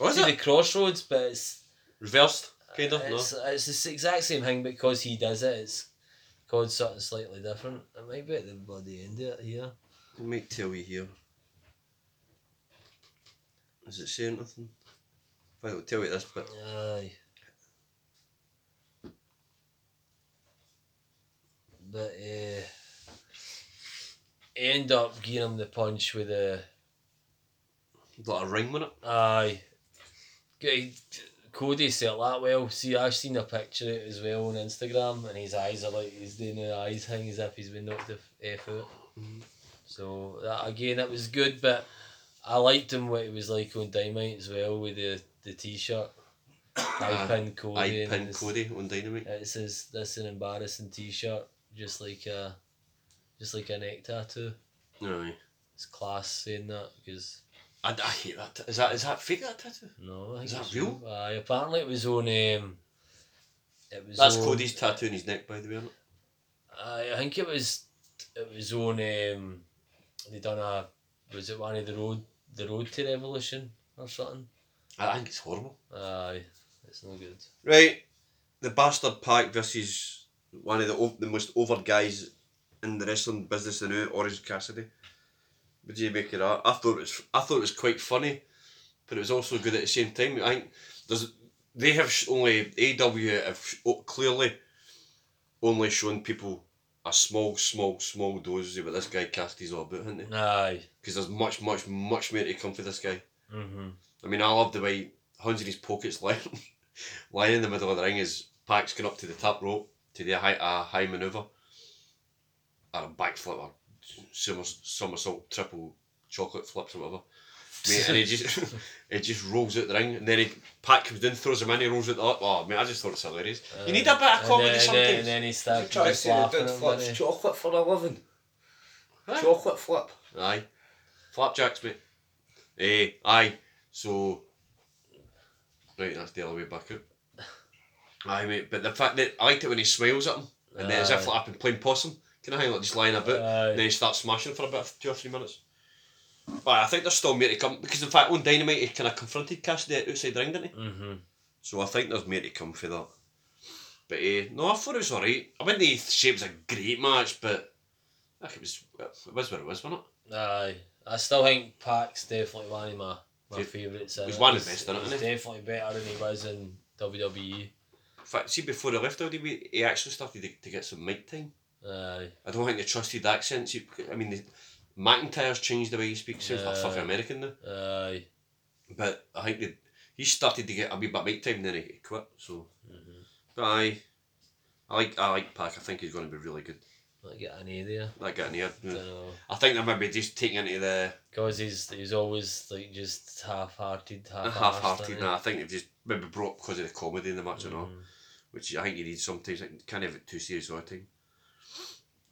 Was
See
Oh, it
the crossroads, but it's
reversed? Kind of. No.
Uh, it's, it's the s- exact same thing because he does it. It's called something slightly different. It might be at the bloody end of it here.
Let me tell you here. Does it say anything? If I will tell you this, but
Aye. But uh, end up giving him the punch with a
got a ring on it.
Aye. G- Cody said that well. See, I've seen a picture of it as well on Instagram, and his eyes are like he's doing the eyes thing as if he's been knocked the f out.
Mm-hmm.
So that again, it was good, but I liked him what he was like on Dynamite as well with the the t shirt. I pin Cody.
I
and
pin
it's-
Cody on Dynamite.
It says that's an embarrassing T-shirt, just like a, just like a neck tattoo.
No, aye.
It's class saying that because
I, I hate that. ta- Is that is that fake that tattoo?
no, I think
Is that
it's
real?
Aye, apparently it was on. Um, it was.
That's
on,
Cody's tattoo on his neck, by the way. Isn't it?
Aye, I think it was. It was on. Um, they done a. Was it one of the road the road to revolution or something?
I, I think it's horrible.
Aye, it's no good.
Right, the bastard pack versus one of the o- the most over guys in the wrestling business now, Orange Cassidy. What do you make of that? I thought it was I thought it was quite funny, but it was also good at the same time. I think there's they have sh- only AW have sh- o- clearly only shown people a small, small, small dose of what this guy Cassidy's all about, haven't they?
Aye.
Because there's much, much, much more to come for this guy.
Mm-hmm.
I mean, I love the way Huns in his pockets lying, lying in the middle of the ring is Pac's going up to the top rope to do a high, a high manoeuvre, or a backflip, or somers- somersault, triple chocolate flips, or whatever. Mate, and he just he just rolls out the ring, and then he, Pac comes in, throws him in, he rolls out the up. Oh, mate, I just thought it's hilarious. you need a bit of
And
comedy
then, and
sometimes.
then, and then he started
Try to see the
laughing
dude
at him,
flips
didn't he?
chocolate for a living.
Huh?
Chocolate flip.
Aye. Flapjacks, mate. Eh, aye. So, right, that's the other way back out. Aye, mate. But the fact that I liked it when he smiles at him, and then as if like, I've been playing possum, can I hang like just lying about,
Aye.
and then he starts smashing for about two or three minutes. But I think there's still more to come because in fact on Dynamite he kind of confronted Cassidy outside the ring, didn't he?
Mm-hmm.
So I think there's more to come for that. But eh, no, I thought it was alright. I wouldn't say it was a great match, but I think it was it was what it was, wasn't it?
Aye. I still think Pac's definitely one of my, my
Dude,
favourites.
he's
in
one of
it.
the best in it,
He's
isn't he?
definitely better than he was in E. WWE.
In fact, see, before he left WWE, he actually started to, to get some mic time.
Aye.
I don't think they trusted accents. You- I mean, the, McIntyre's changed the way he speaks. He's like
Yeah.
fucking American now.
Aye.
But I think they, he started to get a wee bit of mic time, then he quit. So, but aye, I like I like Pac. I think he's going to be really good.
Not get any there.
That guy in here.
I
yeah.
don't know.
I think they might be just taking into the
Because he's, he's always like just half hearted, half
half-hearted. Nah, I think they've just maybe brought because of the comedy in the match and all.
Mhm.
which I think you need sometimes. Like, you can't have it too serious all the time.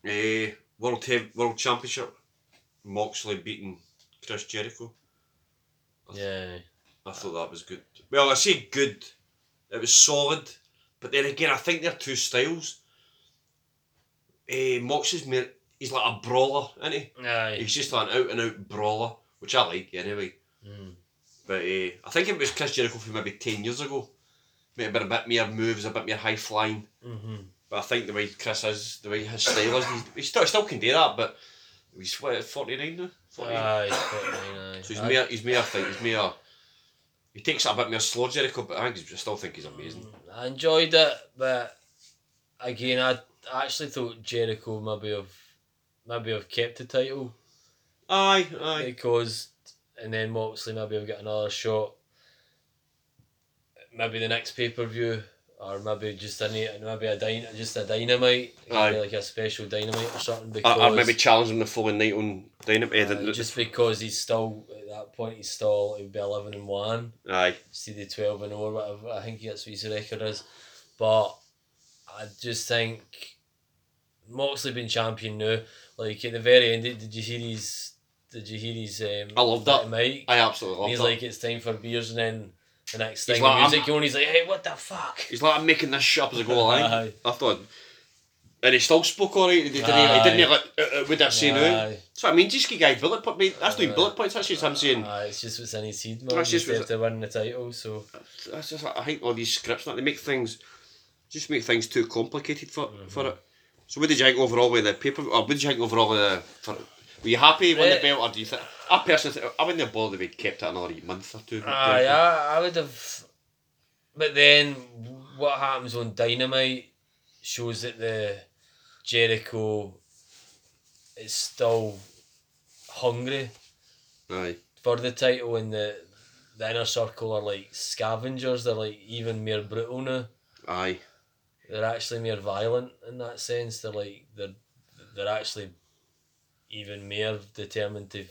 Eh, World Heav- World Championship, Moxley beating Chris Jericho.
Yeah.
I thought that was good. Well, I say good. It was solid, but then again, I think they're two styles. Eh, Moxley's more, he's like a brawler, isn't he?
Aye.
He's just like an out and out brawler, which I like anyway.
Mm.
But eh, I think it was Chris Jericho from maybe ten years ago. Maybe a bit more moves, a bit more high flying.
Mm-hmm.
But I think the way Chris is, the way his style is, he's, he still, still can do that, but he's what, 49 now? 49.
Aye. 49, aye.
so he's
Aye.
mere, he's mere, I think, he's mere, he takes it a bit more slow, Jericho, but I, think he's, I still think he's amazing.
I enjoyed it, but again, I actually thought Jericho maybe have maybe have kept the title
Aye, aye.
because, and then Moxley maybe have got another shot. Maybe the next pay per view, or maybe just a ne- maybe a dyna, just a dynamite,
Aye.
maybe like a special dynamite or something.
I,
Because
I maybe challenge him the following night on Dynamite. eh,
uh,
didn't
just because he's still at that point, he's still he'd be eleven and one.
aye.
see the 12 and over, whatever. I think that's what his record is. But I just think Moxley been champion now. Like at the very end, did you hear his? Did you hear his? Um,
I loved that.
Mike.
I absolutely love
He's
that.
like it's time for beers, and then the next thing
like,
the
I'm-
music on. He's like, hey, what the fuck?
he's like, I'm making this shit up as I go along.
Aye.
I thought, and he still spoke alright, he didn't, he
Aye.
didn't like, uh, uh, would I say now?
Aye.
So I mean, just give guy bullet point, mate. That's doing bullet points, that's just him saying,
Aye, it's just what's in his head, man.
That's
He's
just what's-
after winning the title, so
that's just I hate all these scripts. Like, they make things, just make things too complicated for for it. So what did you think overall with the paper? Or what did you think overall with the? For, were you happy when
Eh.
the belt, or do you think? I personally, think, I wouldn't have bothered if we kept it another month or two.
Aye, I, I would have. But then what happens on Dynamite shows that the Jericho is still hungry
Aye.
for the title, and the, the inner circle are like scavengers. They're like even more brutal now.
Aye.
They're actually more violent in that sense. They're like they're they're actually even more determined to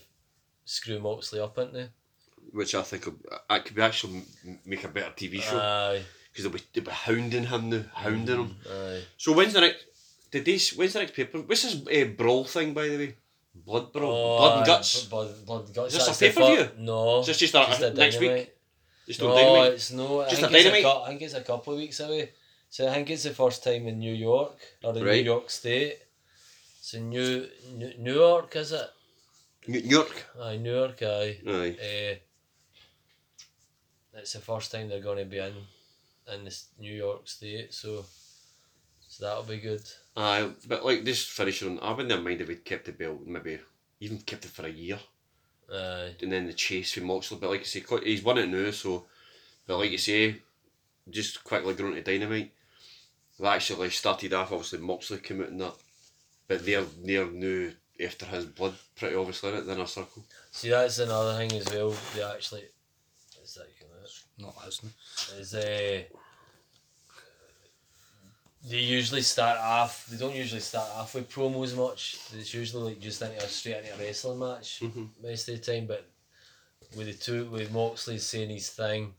screw Moxley up, aren't they? Ah.
Which I think will- that could be actually m- make a better TV show.
Aye.
because they'll be, they'll be hounding him now, hounding him.
Aye.
So when's the next? Did they? s- When's the next paper? What's this uh, brawl thing, by the way? Blood brawl, blood and
aye,
guts.
b- Blood, blood and guts.
Is this a
that's the
pay-per-view?
fir- No.
Is this just a- next week?
Dynamite.
There's no,
No,
dynamite.
it's no. I
Just
think
a
it's, a
Dynamite?
cou- I think it's a couple of weeks away. So I think it's the first time in New York or in
Right.
New York State. So New New Newark is it?
New York.
Aye, Newark. Aye.
Aye.
Uh, it's the first time they're going to be in in this New York State, so so that'll be good.
Aye, but like this finisher, on- I wouldn't have minded if we'd kept the belt, maybe even kept it for a year,
Aye.
and then the chase with Moxley. But like I say, qu- he's won it now, so. But like you say, just quickly going to dynamite. That actually started off. Obviously, Moxley came out in that, but they're they're now after his blood, pretty obviously in it, the inner circle.
See, that's another thing as well. They actually, is that coming out?
Not listening.
is uh, they usually start off. They don't usually start off with promos much. It's usually like just into a straight into a wrestling match
Mhm.
most of the time. But with the two, with Moxley saying his thing,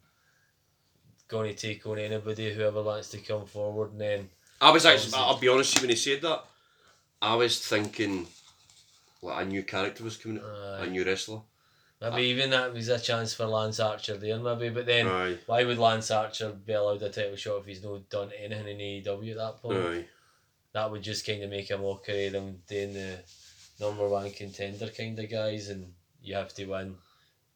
going to take on anybody whoever wants to come forward, and then
I was actually, I'll be honest with you, when he said that, I was thinking like a new character was coming out, a
Aye.
new wrestler.
maybe even that was a chance for Lance Archer there, maybe. But then
Aye.
why would Lance Archer be allowed a title shot if he's not done anything in AEW at that point?
Aye.
that would just kind of make a mockery of them doing the number one contender kind of guys, and you have to win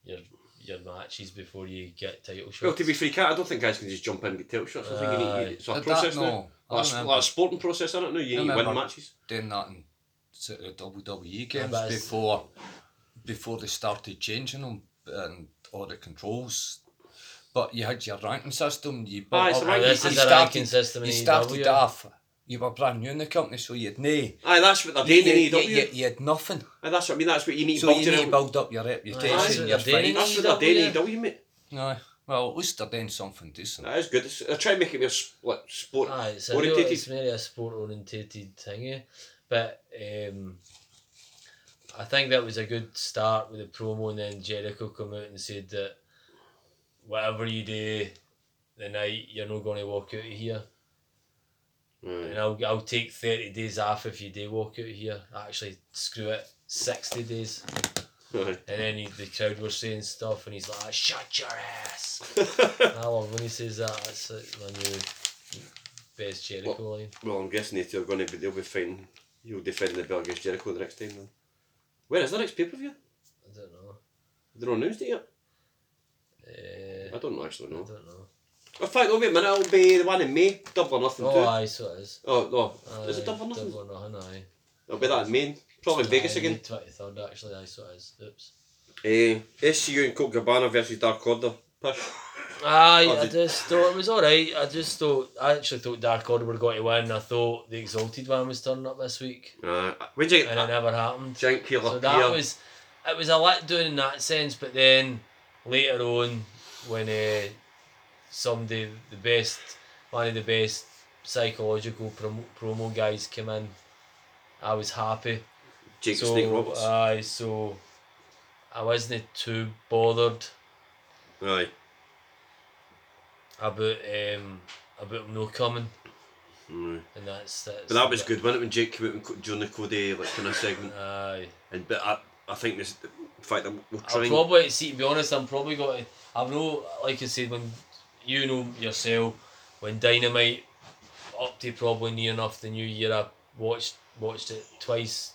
your your matches before you get title shots.
Well, to be fair, you can't- I don't think guys can just jump in and get tail shots. I think you need, you,
Aye.
it's a
Did
process
Uh, that-
now.
no. I
Like, a s-
remember.
like a sporting process, isn't it? Now you
I
need to win
remember.
matches.
Doing that in sort of WWE games
but it's-
before before they started changing them and all the controls. But you had your ranking system. You built
Ah, it's
up-
a ranking-
you
This is
a ranking system in E
You started
AEW.
off. You were brand new in the company, so you'd nay.
Aye, that's what they're
You,
doing in E
you,
AEW.
you, you had nothing.
Aye, that's what I mean. That's what you need to
So you
build
need to
to
build up your
Aye,
reputation.
so they're
your
doing
fame.
That's what they're doing in
AEW.
AEW, mate.
No, well, at least they're doing something decent.
That is good. It's, they're trying to make it more s- like, sport
Aye, Ah, it's a real, it's
orientated.
really a sport orientated thingy, but um, I think that was a good start with the promo, and then Jericho come out and said that whatever you do the night, you're not going to walk out of here.
Aye.
And I'll, I'll take 30 days off if you do walk out here. Actually, screw it. 60 days.
Aye.
And then he, the crowd were saying stuff, and he's like, shut your ass. I love when he says that. That's like my new best Jericho line.
Well, I'm guessing they two are going to be. They'll be fine. You'll defend the belt against Jericho the next time then. Where is the next pay per view?
I don't know.
They don't announce it yet.
Uh,
I don't actually
I
know.
don't know.
In fact, oh wait a minute, it'll be the one in May, Double or Nothing
Oh,
too.
aye, so it is.
Oh no,
Aye,
is it Double or Nothing?
Double or nothing, aye.
It'll be that in May, probably Vegas
Aye,
again.
23rd, actually, aye, so it is. Oops.
Eh, SCU and Colt Cabana versus Dark Order. Pish.
Aye,
Oh,
I
did-
just thought it was alright. I just thought, I actually thought Dark Order were going to win. I thought the Exalted one was turning up this week.
Uh, when did you get
and it
that?
never happened.
Jank Killer
So that was it was a let down in that sense, but then later on when uh, somebody the best one of the best psychological prom- promo guys came in, I was happy.
Jake the
So uh,
Snake Roberts.
aye, so I wasn't too bothered
Aye.
about um about him not coming.
Aye.
And that's, that's
But that was good, wasn't it, when Jake came out and co- during the Cody like kind of segment.
Aye.
And but I, I think this, the fact that we're
I'll
trying.
probably see. To be honest, I'm probably going to. I've no like I said when you know yourself when Dynamite up to probably near enough the new year. I watched watched it twice,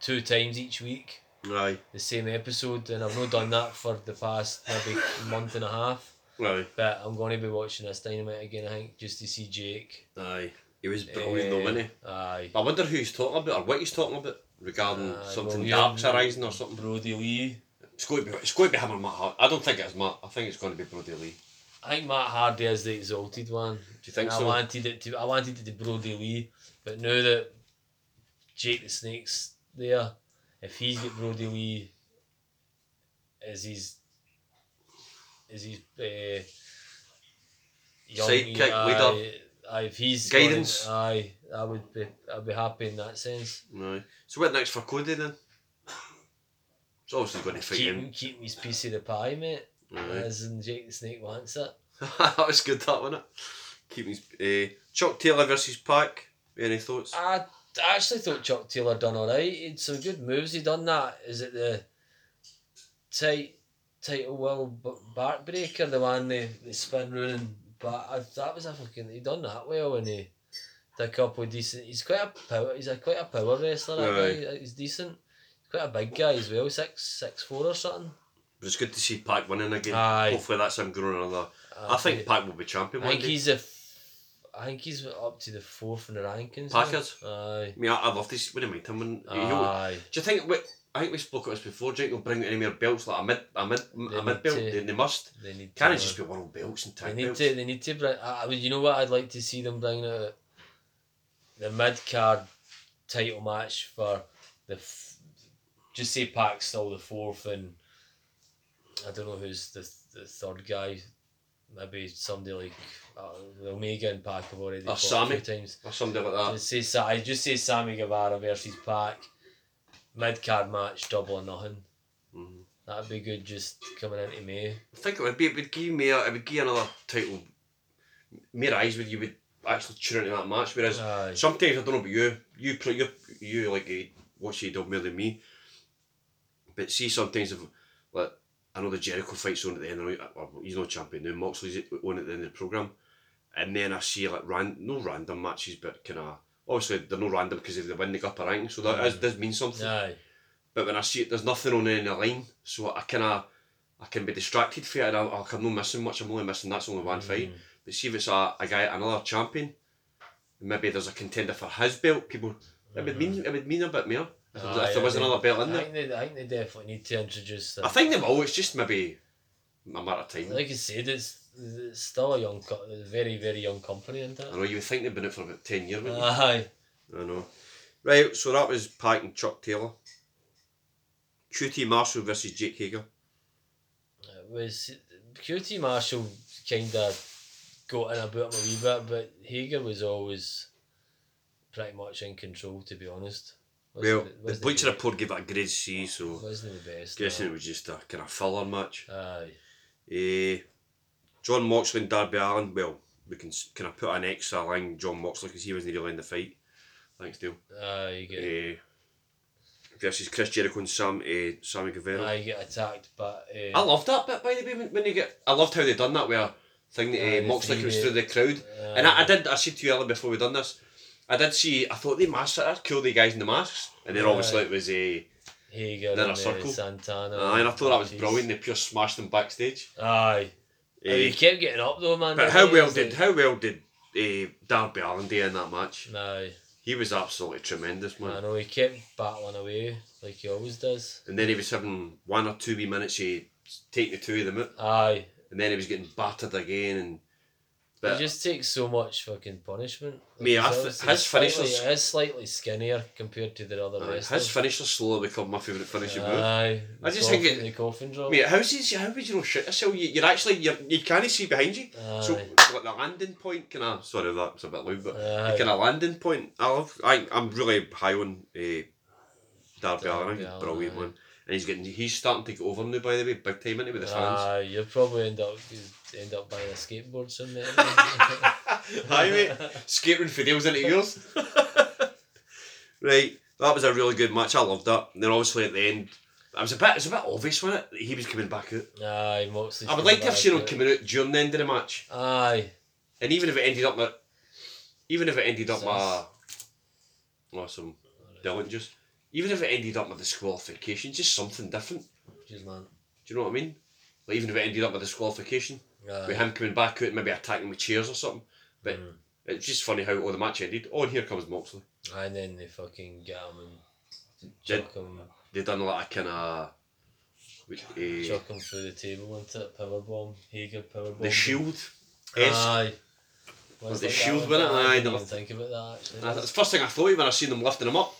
two times each week,
Aye.
the same episode, and I've not done that for the past maybe month and a half.
Aye.
But I'm going to be watching this Dynamite again. I think just to see Jake.
Aye. He was brilliant though,
Eh,
wasn't he?
Aye.
I wonder who he's talking about or what he's talking about regarding
Aye,
something
well,
dark's
yeah,
arising or something.
Brody Lee.
It's going to be it's going to be him or Matt Hart. I don't think it's Matt. I think it's going to be Brody Lee.
I think Matt Hardy is the exalted one.
Do you think
And I
so?
wanted it to. I wanted it to Brody Lee, but now that Jake the Snake's there, if he's got Brody Lee as his as his uh, young, eh,
Sidekick,
aye,
leader.
aye, if he's
Guidance.
Going, aye, I would be. I'd be happy in that sense.
Aye. So what next for Cody then? It's obviously going to fight
Keep
him.
him, keep him his piece of the pie, mate.
Aye.
As in Jake the Snake wants it.
that was good, that wasn't it? Keeping his, uh, Chuck Taylor versus Pac. Any thoughts?
I I actually thought Chuck Taylor done all right. He'd some good moves. He done that. Is it the tight title will b- back breaker, the one they the spin ruining? But I, that was a fucking he done that well, and he did a couple of decent. He's quite a power. He's a quite a power wrestler. That
Aye.
guy. He's decent. Quite a big guy as well. Six six four or something.
But it's good to see Pac winning again.
Aye.
Hopefully that's him growing another. I think Pac will be champion
Uh, I
one
think
day.
he's a. F- I think he's up to the fourth in the rankings.
Packard?
now. Aye.
I mean, I, I love this. Wouldn't mind him. When, he'll-
Aye.
do you think? We, I think we spoke about this before. Do you think they'll bring any more belts like a mid, a mid, a
need
mid belt?
to.
They, they must.
They need.
Can it
to-
just be world belts and
They
tag
need
belts?
to. They need to bring. I, I mean, you know what? I'd like to see them bring out the mid card title match for the. F- just say Pac's still the fourth, and I don't know who's the the third guy. Maybe somebody like uh, Omega and Pac have already.
Or
fought a
Sami.
few times.
Or something like that.
Just say Sa- I just say Sammy Guevara versus Pac, mid card match, double or nothing.
Mhm.
That'd be good. Just coming into May.
I think it would be. It would give me. It would give another title. Mere eyes would you would actually tune into that match. Whereas
Aye.
sometimes I don't know about you. You play. You you like eh, watch AEW more than me. But see sometimes if like I know the Jericho fight's on at the end. Of, or he's no champion now. Moxley's on at the end of the program, and then I see like ran no random matches, but kind of obviously they're no random because if they win they go up a ranking, so that is- does mean something.
Aye.
But when I see it, there's nothing on any line, so I kind of I can be distracted for it. And I, I, I'm not missing much. I'm only missing that's only one fight.
Mm.
But see if it's a, a guy, another champion, maybe there's a contender for his belt. People, it would mean it would mean a bit more if, there- if
Aye,
there was
I
another
think-
belt in
I
there.
think they, I think they definitely need to introduce them.
I
I
think they will. It's just maybe a matter of time.
like you said, it's, it's still a young, co- a very, very young company, isn't
I
it?
know you would think they've been it for about ten years. wouldn't you?
Aye.
I know. Right, so that was Pac and Chuck Taylor. QT Marshall versus Jake Hager.
It was QT Marshall kind of got in about him a wee bit, but Hager was always pretty much in control, to be honest. Wasn't
Well,
it-
the
wasn't it
Bleacher Report gave it a grade C, so.
the- Wasn't it the best?
Guessing
no.
it was just a kind of filler match.
Aye.
Eh, John Moxley and Darby Allen. Well, we can kind of put an extra line John Moxley because he wasn't really in the fight. Thanks, Dale.
Aye, you get,
Eh, versus Chris Jericho and Sam eh, Sammy Guevara.
aye, you get attacked, but. Uh,
I loved that bit by the way when, when you get. I loved how they done that where thing that
Aye,
eh,
the
Moxley
three
comes
way-
through the crowd. and I, I did. I said to you earlier before we done this. I did see. I thought they masks. That's cool. The guys in the masks, and then obviously
Aye.
it was a.
Hager
Then a
and uh,
circle.
Santana.
and I thought that was
Ortiz.
brilliant. They pure smashed them backstage.
Aye.
Eh,
he kept getting up though, man.
But
didn't
how
he?
well
It's
did
like-
how well did uh, Darby Allen do in that match?
No,
He was absolutely tremendous,
I
man.
know he kept battling away like he always does.
And then he was having one or two wee minutes of taking the two of them out,
Aye,
and then he was getting battered again. And
he
but
just takes so much fucking punishment.
Mate, I
he's
th-
obviously
his
slightly,
finishers-
he is slightly skinnier compared to the other
uh, his
wrestlers.
finisher slowly become my favourite finisher move.
Aye,
I
the
just think
coffin-
it-
the coffin drop.
Mate, how's his, how would you know shit yourself? You, you're actually you're, you can't see behind you. So
Aye.
like the landing point, can I? Sorry, that's a bit loud, but
Aye.
the kind of landing point. I love. I I'm really high on uh, Darby Allin. I think He's
Allen,
brilliant,
aye.
man. And he's getting he's starting to get over now. By the way, big time into with his hands.
Aye, you'll probably end up you'll end up buying a skateboard soon. mate.
Hi mate, skateboarding for deals into yours. right, that was a really good match. I loved that. And then obviously at the end, it was a bit. It was a bit obvious, wasn't it? that He was coming back out.
Aye, Moxley.
I would like to have seen him coming out during the end of the match.
Aye,
And even if it ended up, my, even if it ended up my,
Sus.
awesome, Dylan Oh, just, even if it ended up with disqualification, just something different.
Jeez, man.
Do you know what I mean? Like even if it ended up with disqualification, with
Aye.
him coming back out, and maybe attacking with chairs or something. But it's just funny how all the match ended. Oh, and here comes Moxley.
And then they fucking get him and
Did-
chuck him.
They done like a kind of. Uh,
chuck him through the table into it, power bomb, Hager power bomb.
the shield. Yes.
Aye. Was
the shield with it? Aye,
I didn't
no.
even think about that actually.
That's the first thing I thought of when I seen them lifting him up,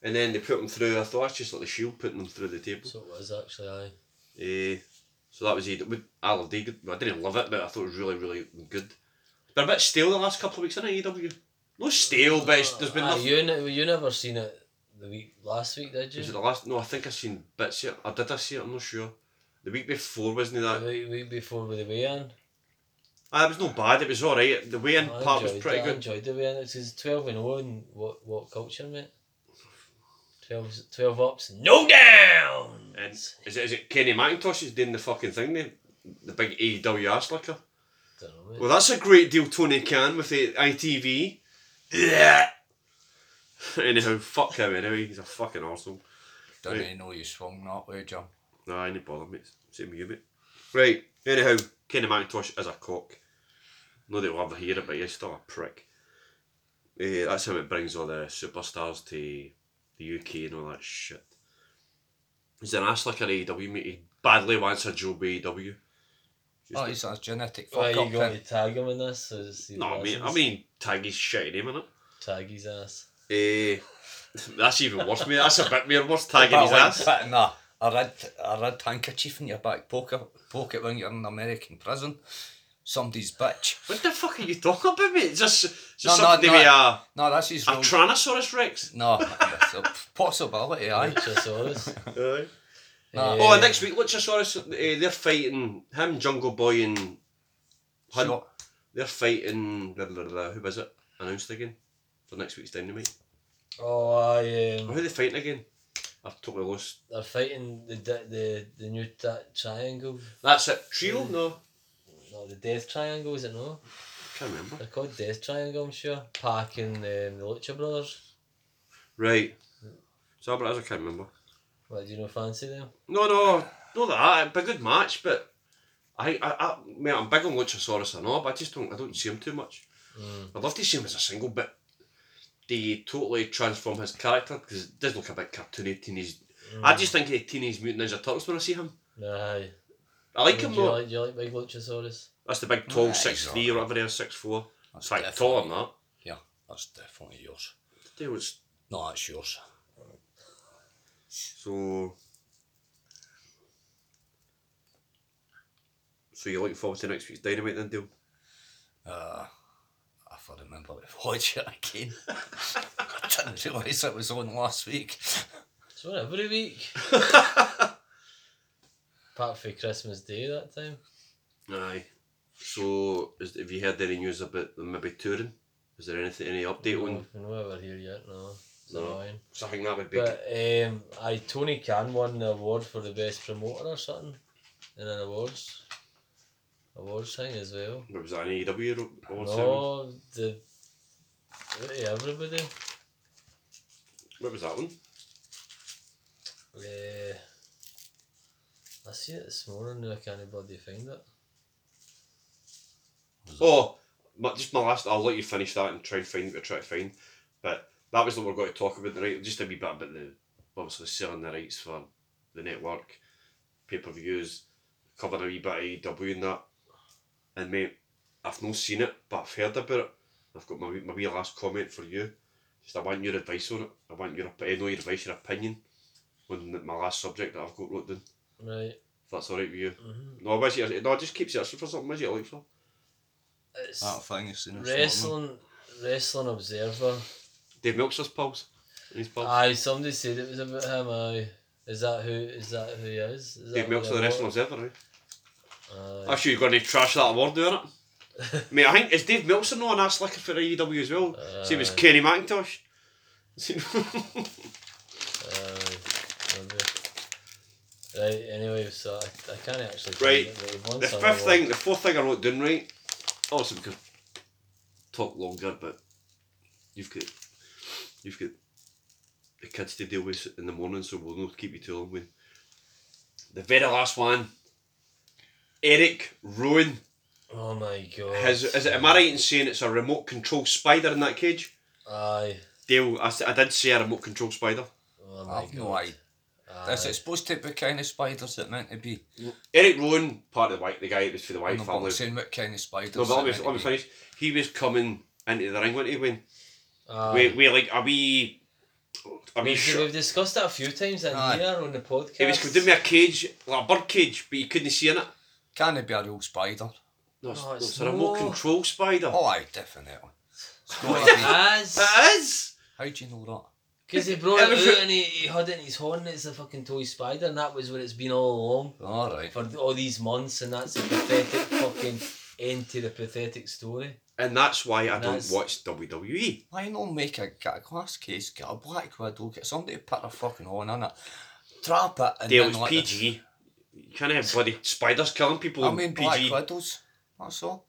and then they put him through. I thought it's just like the shield putting him through the table.
so it was actually aye.
Eh, so that was it. I loved it. I didn't love it, but I thought it was really, really good. Been a bit stale the last couple of weeks, isn't it, AEW? No stale, but it's, there's been
Aye,
nothing.
you, ne- you never seen it the week last week, did you?
Was it the last? No, I think I seen bits Oh, of it. Or did I see it? I'm not sure. The week before, wasn't it
The
that?
week, week before with the weigh in.
Ah, it was no bad. It was all right. The way in
I
part was
enjoyed
pretty
it, I
good.
enjoyed the way in it because 12 and 0 in what, what culture, mate? 12, 12 ups, no down!
And is it is it Kenny McIntosh who's doing the fucking thing? The the big AEW ass licker.
Dunno, mate.
Well, that's a great deal, Tony Khan with the ITV. Yeah. Anyhow, fuck him anyway. He's a fucking arsehole.
Don't
Right.
even know you swung that way, John.
No, I ain't bother, mate. Same with you, mate. Right. Anyhow, Kenny McIntosh is a cock. No, they'll ever hear it, but he's still a prick. Eh, that's how it brings all the superstars to the UK and all that shit. He's an ass like an AEW, mate. He badly wants a E job AEW. Just-
Oh, he's a genetic
Why are
fuck
you
up
going
then.
to tag him in this? So it's your
No, I mean, eh? I
license?
mean, Taggy's shitty name in it.
Tag his ass.
Eh, that's even worse, mate. That's a bit more worse tagging his
But like
ass.
putting a, a red a red handkerchief in your back pocket pocket when you're in American prison. Somebody's bitch.
What the fuck are you talking about, mate? It's Just, it's
No,
just
no,
something
no.
with a,
No, that's his
a
real
Tyrannosaurus Rex.
No, it's a possibility, aye.
Luchasaurus.
No.
Oh, and next week, Luchasaurus, uh, they're fighting him, Jungle Boy, and Hunt.
Sure.
They're fighting. Blah, blah, blah, who was it? Announced again for next week's Dynamite.
Oh, I
Oh,
um,
who are they fighting again? I've totally lost.
they're fighting the di- the the new ta- triangle.
That's it. Trio? No,
No, the death triangle is it no?
can't remember.
They're called death triangle. I'm sure. Pac and um, the Lucha Brothers.
Right. So, but I can't remember.
What do you know? Fancy them?
No, no, not that. It'd be a good match, but I, I, I mate, I'm big on Luchasaurus and all, but I just don't, I don't see him too much. I'd love to see him as a single, but they totally transform his character because it does look a bit cartoony. Teenage, I just think of Teenage Mutant Ninja Turtles when I see him.
Nah.
I like him
Mm, do you
though.
like do you like big Luchasaurus?
That's the big tall
Aye,
six three or whatever they are, six four.
That's
It's like taller than
definitely-
that.
Yeah, that's definitely yours.
They was
No, that's yours.
so. So you're looking forward to next week's Dynamite then, Dale?
Uh, if I remember to watch it again. I didn't realise it was on last week.
It's on every week. Apart for Christmas Day that time.
Aye. So, is, have you heard any news about them maybe touring? Is there anything, any update
No,
on?
no, we're here yet. No. It's
No.
annoying.
So I think that would be.
But um, I Tony Khan won the award for the best promoter or something in an awards awards thing as well.
what was that an AEW ro- or what's that one?
No, the really everybody.
What was that one?
Uh, I see it this morning. and I can't bloody find it.
Oh, my, just my last. I'll let you finish that and try and find what you're trying to find. But that was what we're going to talk about, right? Just a wee bit about the obviously selling the rights for the network, pay per views, covering a wee bit of AEW and that. And mate, I've not seen it, but I've heard about it. I've got my wee- my wee last comment for you. Just I want your advice on it. I want your op- I know your advice, your opinion on the- my last subject that I've got wrote down.
Right.
If that's alright with you. No, was it, no, just keep searching for something. Was it like for?
It's
Ah,
That thing is seen
wrestling. Wrestling Observer.
Dave Milk's his pals. And his pals.
Aye, somebody said it was about him. Aye. Is that who? Is that who he is? is
Dave
that
Milk's
who
the
they
rest
were?
of ever, right?
Aye.
I'm sure you're going to trash that award doing it. Mate, I think is Dave Milson not an ass licker for AEW as well? Same as
Aye.
Kenny McIntosh.
Aye, maybe. Uh, Right, anyway, so I, I can't actually. find
Right,
it, but we've won
the
some
fifth
awards.
thing, the fourth thing I wrote down right, obviously because talk longer, but you've got you've got the kids to deal with in the morning, so we'll not keep you too long. With the very last one, Eric Rowan.
Oh my god.
Has is it? Am I right in saying it's a remote control spider in that cage?
Aye.
Dale, I, s- I did see a remote control spider.
Oh my
I've
god.
no idea.
Aye.
Is it supposed to be kind of spiders that meant to be?
Eric Rowan, part of the white, the guy that was for the white
No, but I'm
family.
saying what kind of spiders.
No, but let
it
me,
meant
let me
to be.
finish. He was coming into the ring, wasn't he? When
Aye.
we, we like a wee, a wee.
We've,
Sh-
Ah, we've discussed that a few times in
Aye.
here on the podcast.
he was coming me a cage, like a bird cage, but you couldn't see in it.
Can it be a real spider?
No, it's,
No, it's
a remote
no.
control spider.
Oh, aye, definitely. It's gotta be.
It is.
How do you know
Because he brought
Every-
it out and he, he had it in his horn, it's a fucking toy spider, and that was where it's been all along
that? All right.
for all these months, and that's a pathetic fucking end to the pathetic story.
And that's why I
That's-
don't watch E. WWE.
Why not make a, a glass case, get a black widow, get somebody to put a fucking horn in it, trap it, and
Dale,
then
it's
let the-
PG. You can't have bloody spiders killing people
I
in
mean, black
PG.
widows. That's all.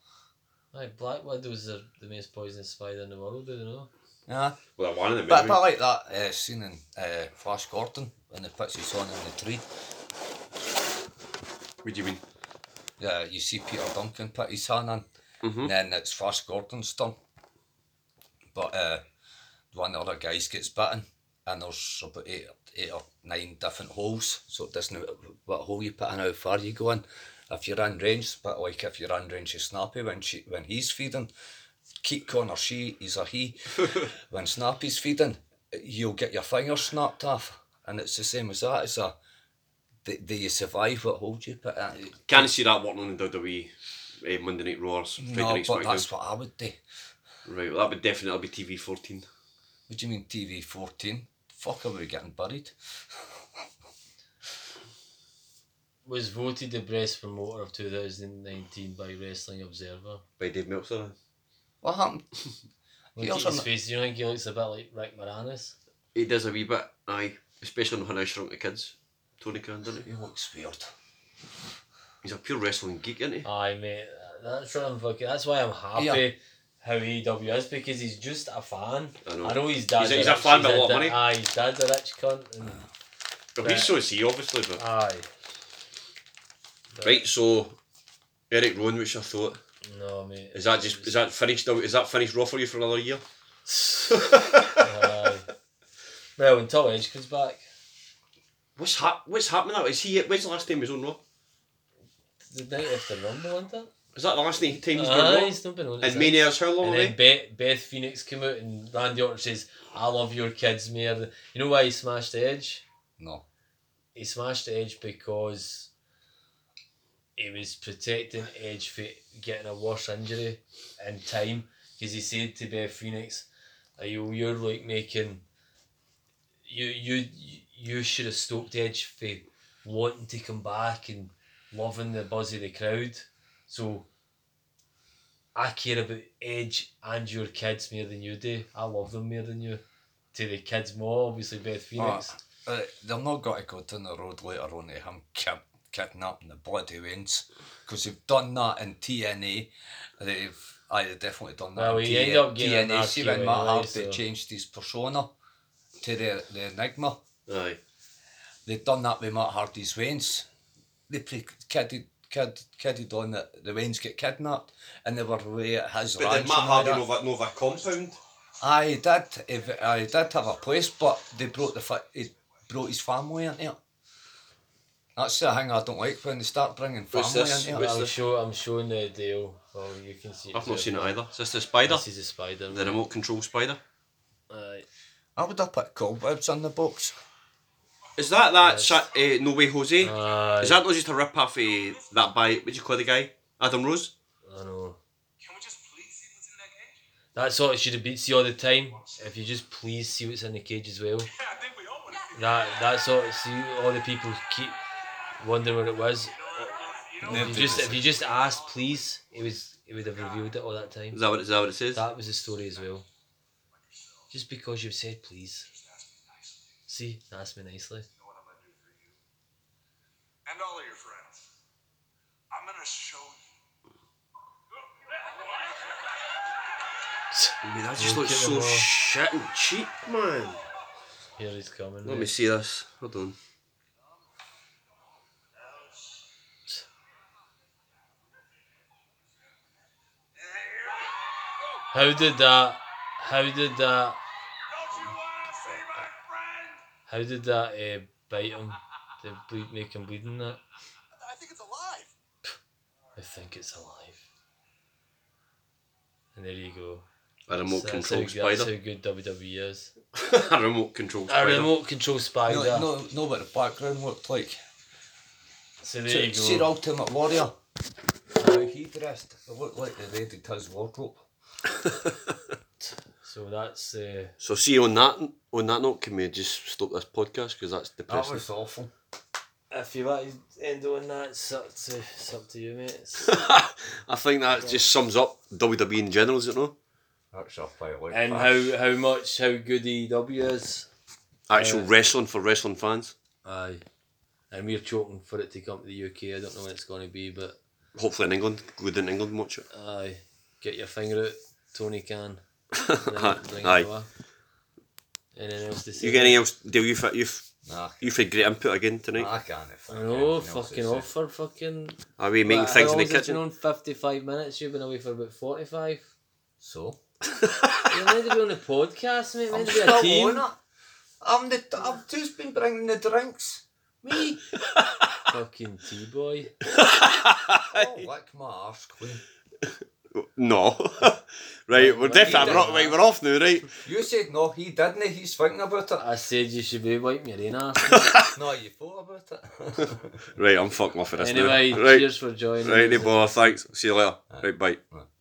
Aye, black widows are the most poisonous spider in the world. Do you know?
Yeah.
Well, one of them.
But,
Anyway.
but I like that uh, scene in uh, Flash Gordon when he puts his horn in the tree.
What do you mean?
Yeah, uh, you see Peter Duncan put his hand in, and then it's Flash Gordon's turn. But uh, one of the other guys gets bitten, and there's about eight, eight or nine different holes, so it doesn't matter what hole you put in, how far you go in. If you're in range, but like if you're in range of Snappy when she when he's feeding, keep calling her she, he's a he. when Snappy's feeding, you'll get your finger snapped off, and it's the same as that. It's a do do you survive what hole do you put in?
Can't see that working on the WWE eh, Monday Night Raws, Friday
No,
Night
but
SmackDown.
that's what I would do.
Right, well, that would definitely be TV 14.
What do you mean TV 14? Fuck, are we getting buried?
Was voted the best promoter of 2019 by Wrestling Observer.
By Dave Meltzer.
What happened?
Look
He
at
also
his
ma-
face. Do you think he looks a bit like Rick Moranis?
He does a wee bit, aye. Especially on How I Shrunk the Kids. Tony Khan, doesn't he?
He looks weird.
He's a pure wrestling geek, isn't he?
Aye, mate. That's what I'm fucking. That's why I'm happy. How AEW is because he's just a fan.
I
I
know.
know, his dad's
He's a- he's a fan with a
he's
lot of
di-
money.
Aye, his dad's a rich cunt. And,
Well, he's so is he, obviously. But.
aye,
Right, so Eric Rowan, which I thought
no, mate.
is that just is that finished? now? Is that finished raw for you for another year?
Aye. Well, until Edge comes back,
What's hap- What's happening now? Is he? When's the last time he was on Raw?
the night after Rumble, isn't it?
Is that the last time he's been
Uh,
Aye,
on Raw?
he's not been on.
And
since.
Mania's how long
And
away?
then Beth, Beth Phoenix came out and Randy Orton says, "I love your kids, Mayor." You know why he smashed Edge?
No.
he smashed Edge because he was protecting Edge for getting a worse injury in time. Because he said to Beth Phoenix, "Are you you're like making you you you should have stopped Edge for wanting to come back and loving the buzz of the crowd. So I care about Edge and your kids more than you do. I love them more than you. To the kids more, obviously Beth Phoenix.
Uh, they're not got to go down the road later on to him kid- kidnapping the bloody Waynes. Because they've done that in TNA. They've aye, they've definitely done that
Well,
in
he
T-
ended up getting an
TNA. See when
RKO
Matt Hardy
anyway, so-
changed his persona to the, the Enigma.
Aye.
They've done that with Matt Hardy's Waynes. They pre- kidded, kid, kidded on that the Waynes get kidnapped and they were way at his
But
ranch
then
and
Matt
all
Hardy
that.
Nova, Nova compound.
Aye, he did. If I did have a place, but they brought the fa- he brought his family into it. That's the thing I don't like when they start bringing
What's
family
this?
into it.
What's
I'm
the-
show. I'm showing the deal. Oh, you can see.
I've not
too.
seen it either. Is this the spider?
This is a spider.
The remote control spider.
Aye.
I would have put cobwebs on the box.
Is that that sha- eh, No Way Jose?
Aye.
Is that not just a rip off eh, that by what do you call the guy? Adam Rose?
I know.
Can we just please see what's in that cage?
That's what it should have been. See all the time. If you just please see what's in the cage as well.
Yeah, I think we all want to see.
That that's all. See all the people keep wondering what it was.
You know,
If you just if you just asked, please, it was it would have revealed it all that time.
Is that what is that what it says?
That was the story as well. Just because you said please. See, ask me nicely.
know what I'm gonna do for you and all of your friends. I'm gonna show you.
I mean, that just
Look
looks
at
so
them all.
shit and cheap, man.
Here he's coming.
Let me
mate.
see this. Hold on.
How did that? How did that?
Don't you wanna see my friend?
How did that uh, bite him? Did it bleed, make him bleed in that?
I think it's alive.
I think it's alive. And there you go.
A remote
So
control
that's how,
spider.
That's how good WWE is.
a remote control
A
spider.
remote control spider.
No, no, know what the background looked like.
So there
See,
you go.
see the Ultimate Warrior. How he dressed. It looked like they raided his wardrobe.
So that's uh,
So see on that on that note, can we just stop this podcast because that's depressing.
That was awful.
if you like to end on that, it's up to, it's up to you, mate. It's-
I think that just sums up WWE in general, is it no?
That's up by a lot.
and how, how much, how good AEW is.
Actual
Yeah.
wrestling for wrestling fans.
Aye. And we're choking for it to come to the UK. I don't know when it's going to be, but
Hopefully in England, go down to England and watch it.
aye. Get your finger out, Tony can. Bring it
Aye.
over. Anything else to say?
You got anything else? Dale, you've, you've,
Nah,
you've had great input again tonight.
I can't. if
I know,
anything else
fucking
is said.
off for fucking.
Are we making
How
things in
long
the
has it
kitchen?
been on 55 minutes, you've been away for about 45.
So.
You're meant to be on the podcast, mate.
I'm
meant to be a
still
team.
on it. I'm the. I've who's been bringing the drinks? Me.
Fucking T boy.
oh, lick my arse clean.
No. right, we're definitely we're,
Well,
you did
off, right, we're off now, right?
You said no. He didn't. He's thinking about it.
I said you should be wiping your own ass.
no, you thought about it.
Right, I'm fucking off with this now.
anyway,
right,
cheers for joining.
right,
us.
boy, thanks. See you later. Right, bye.
Right.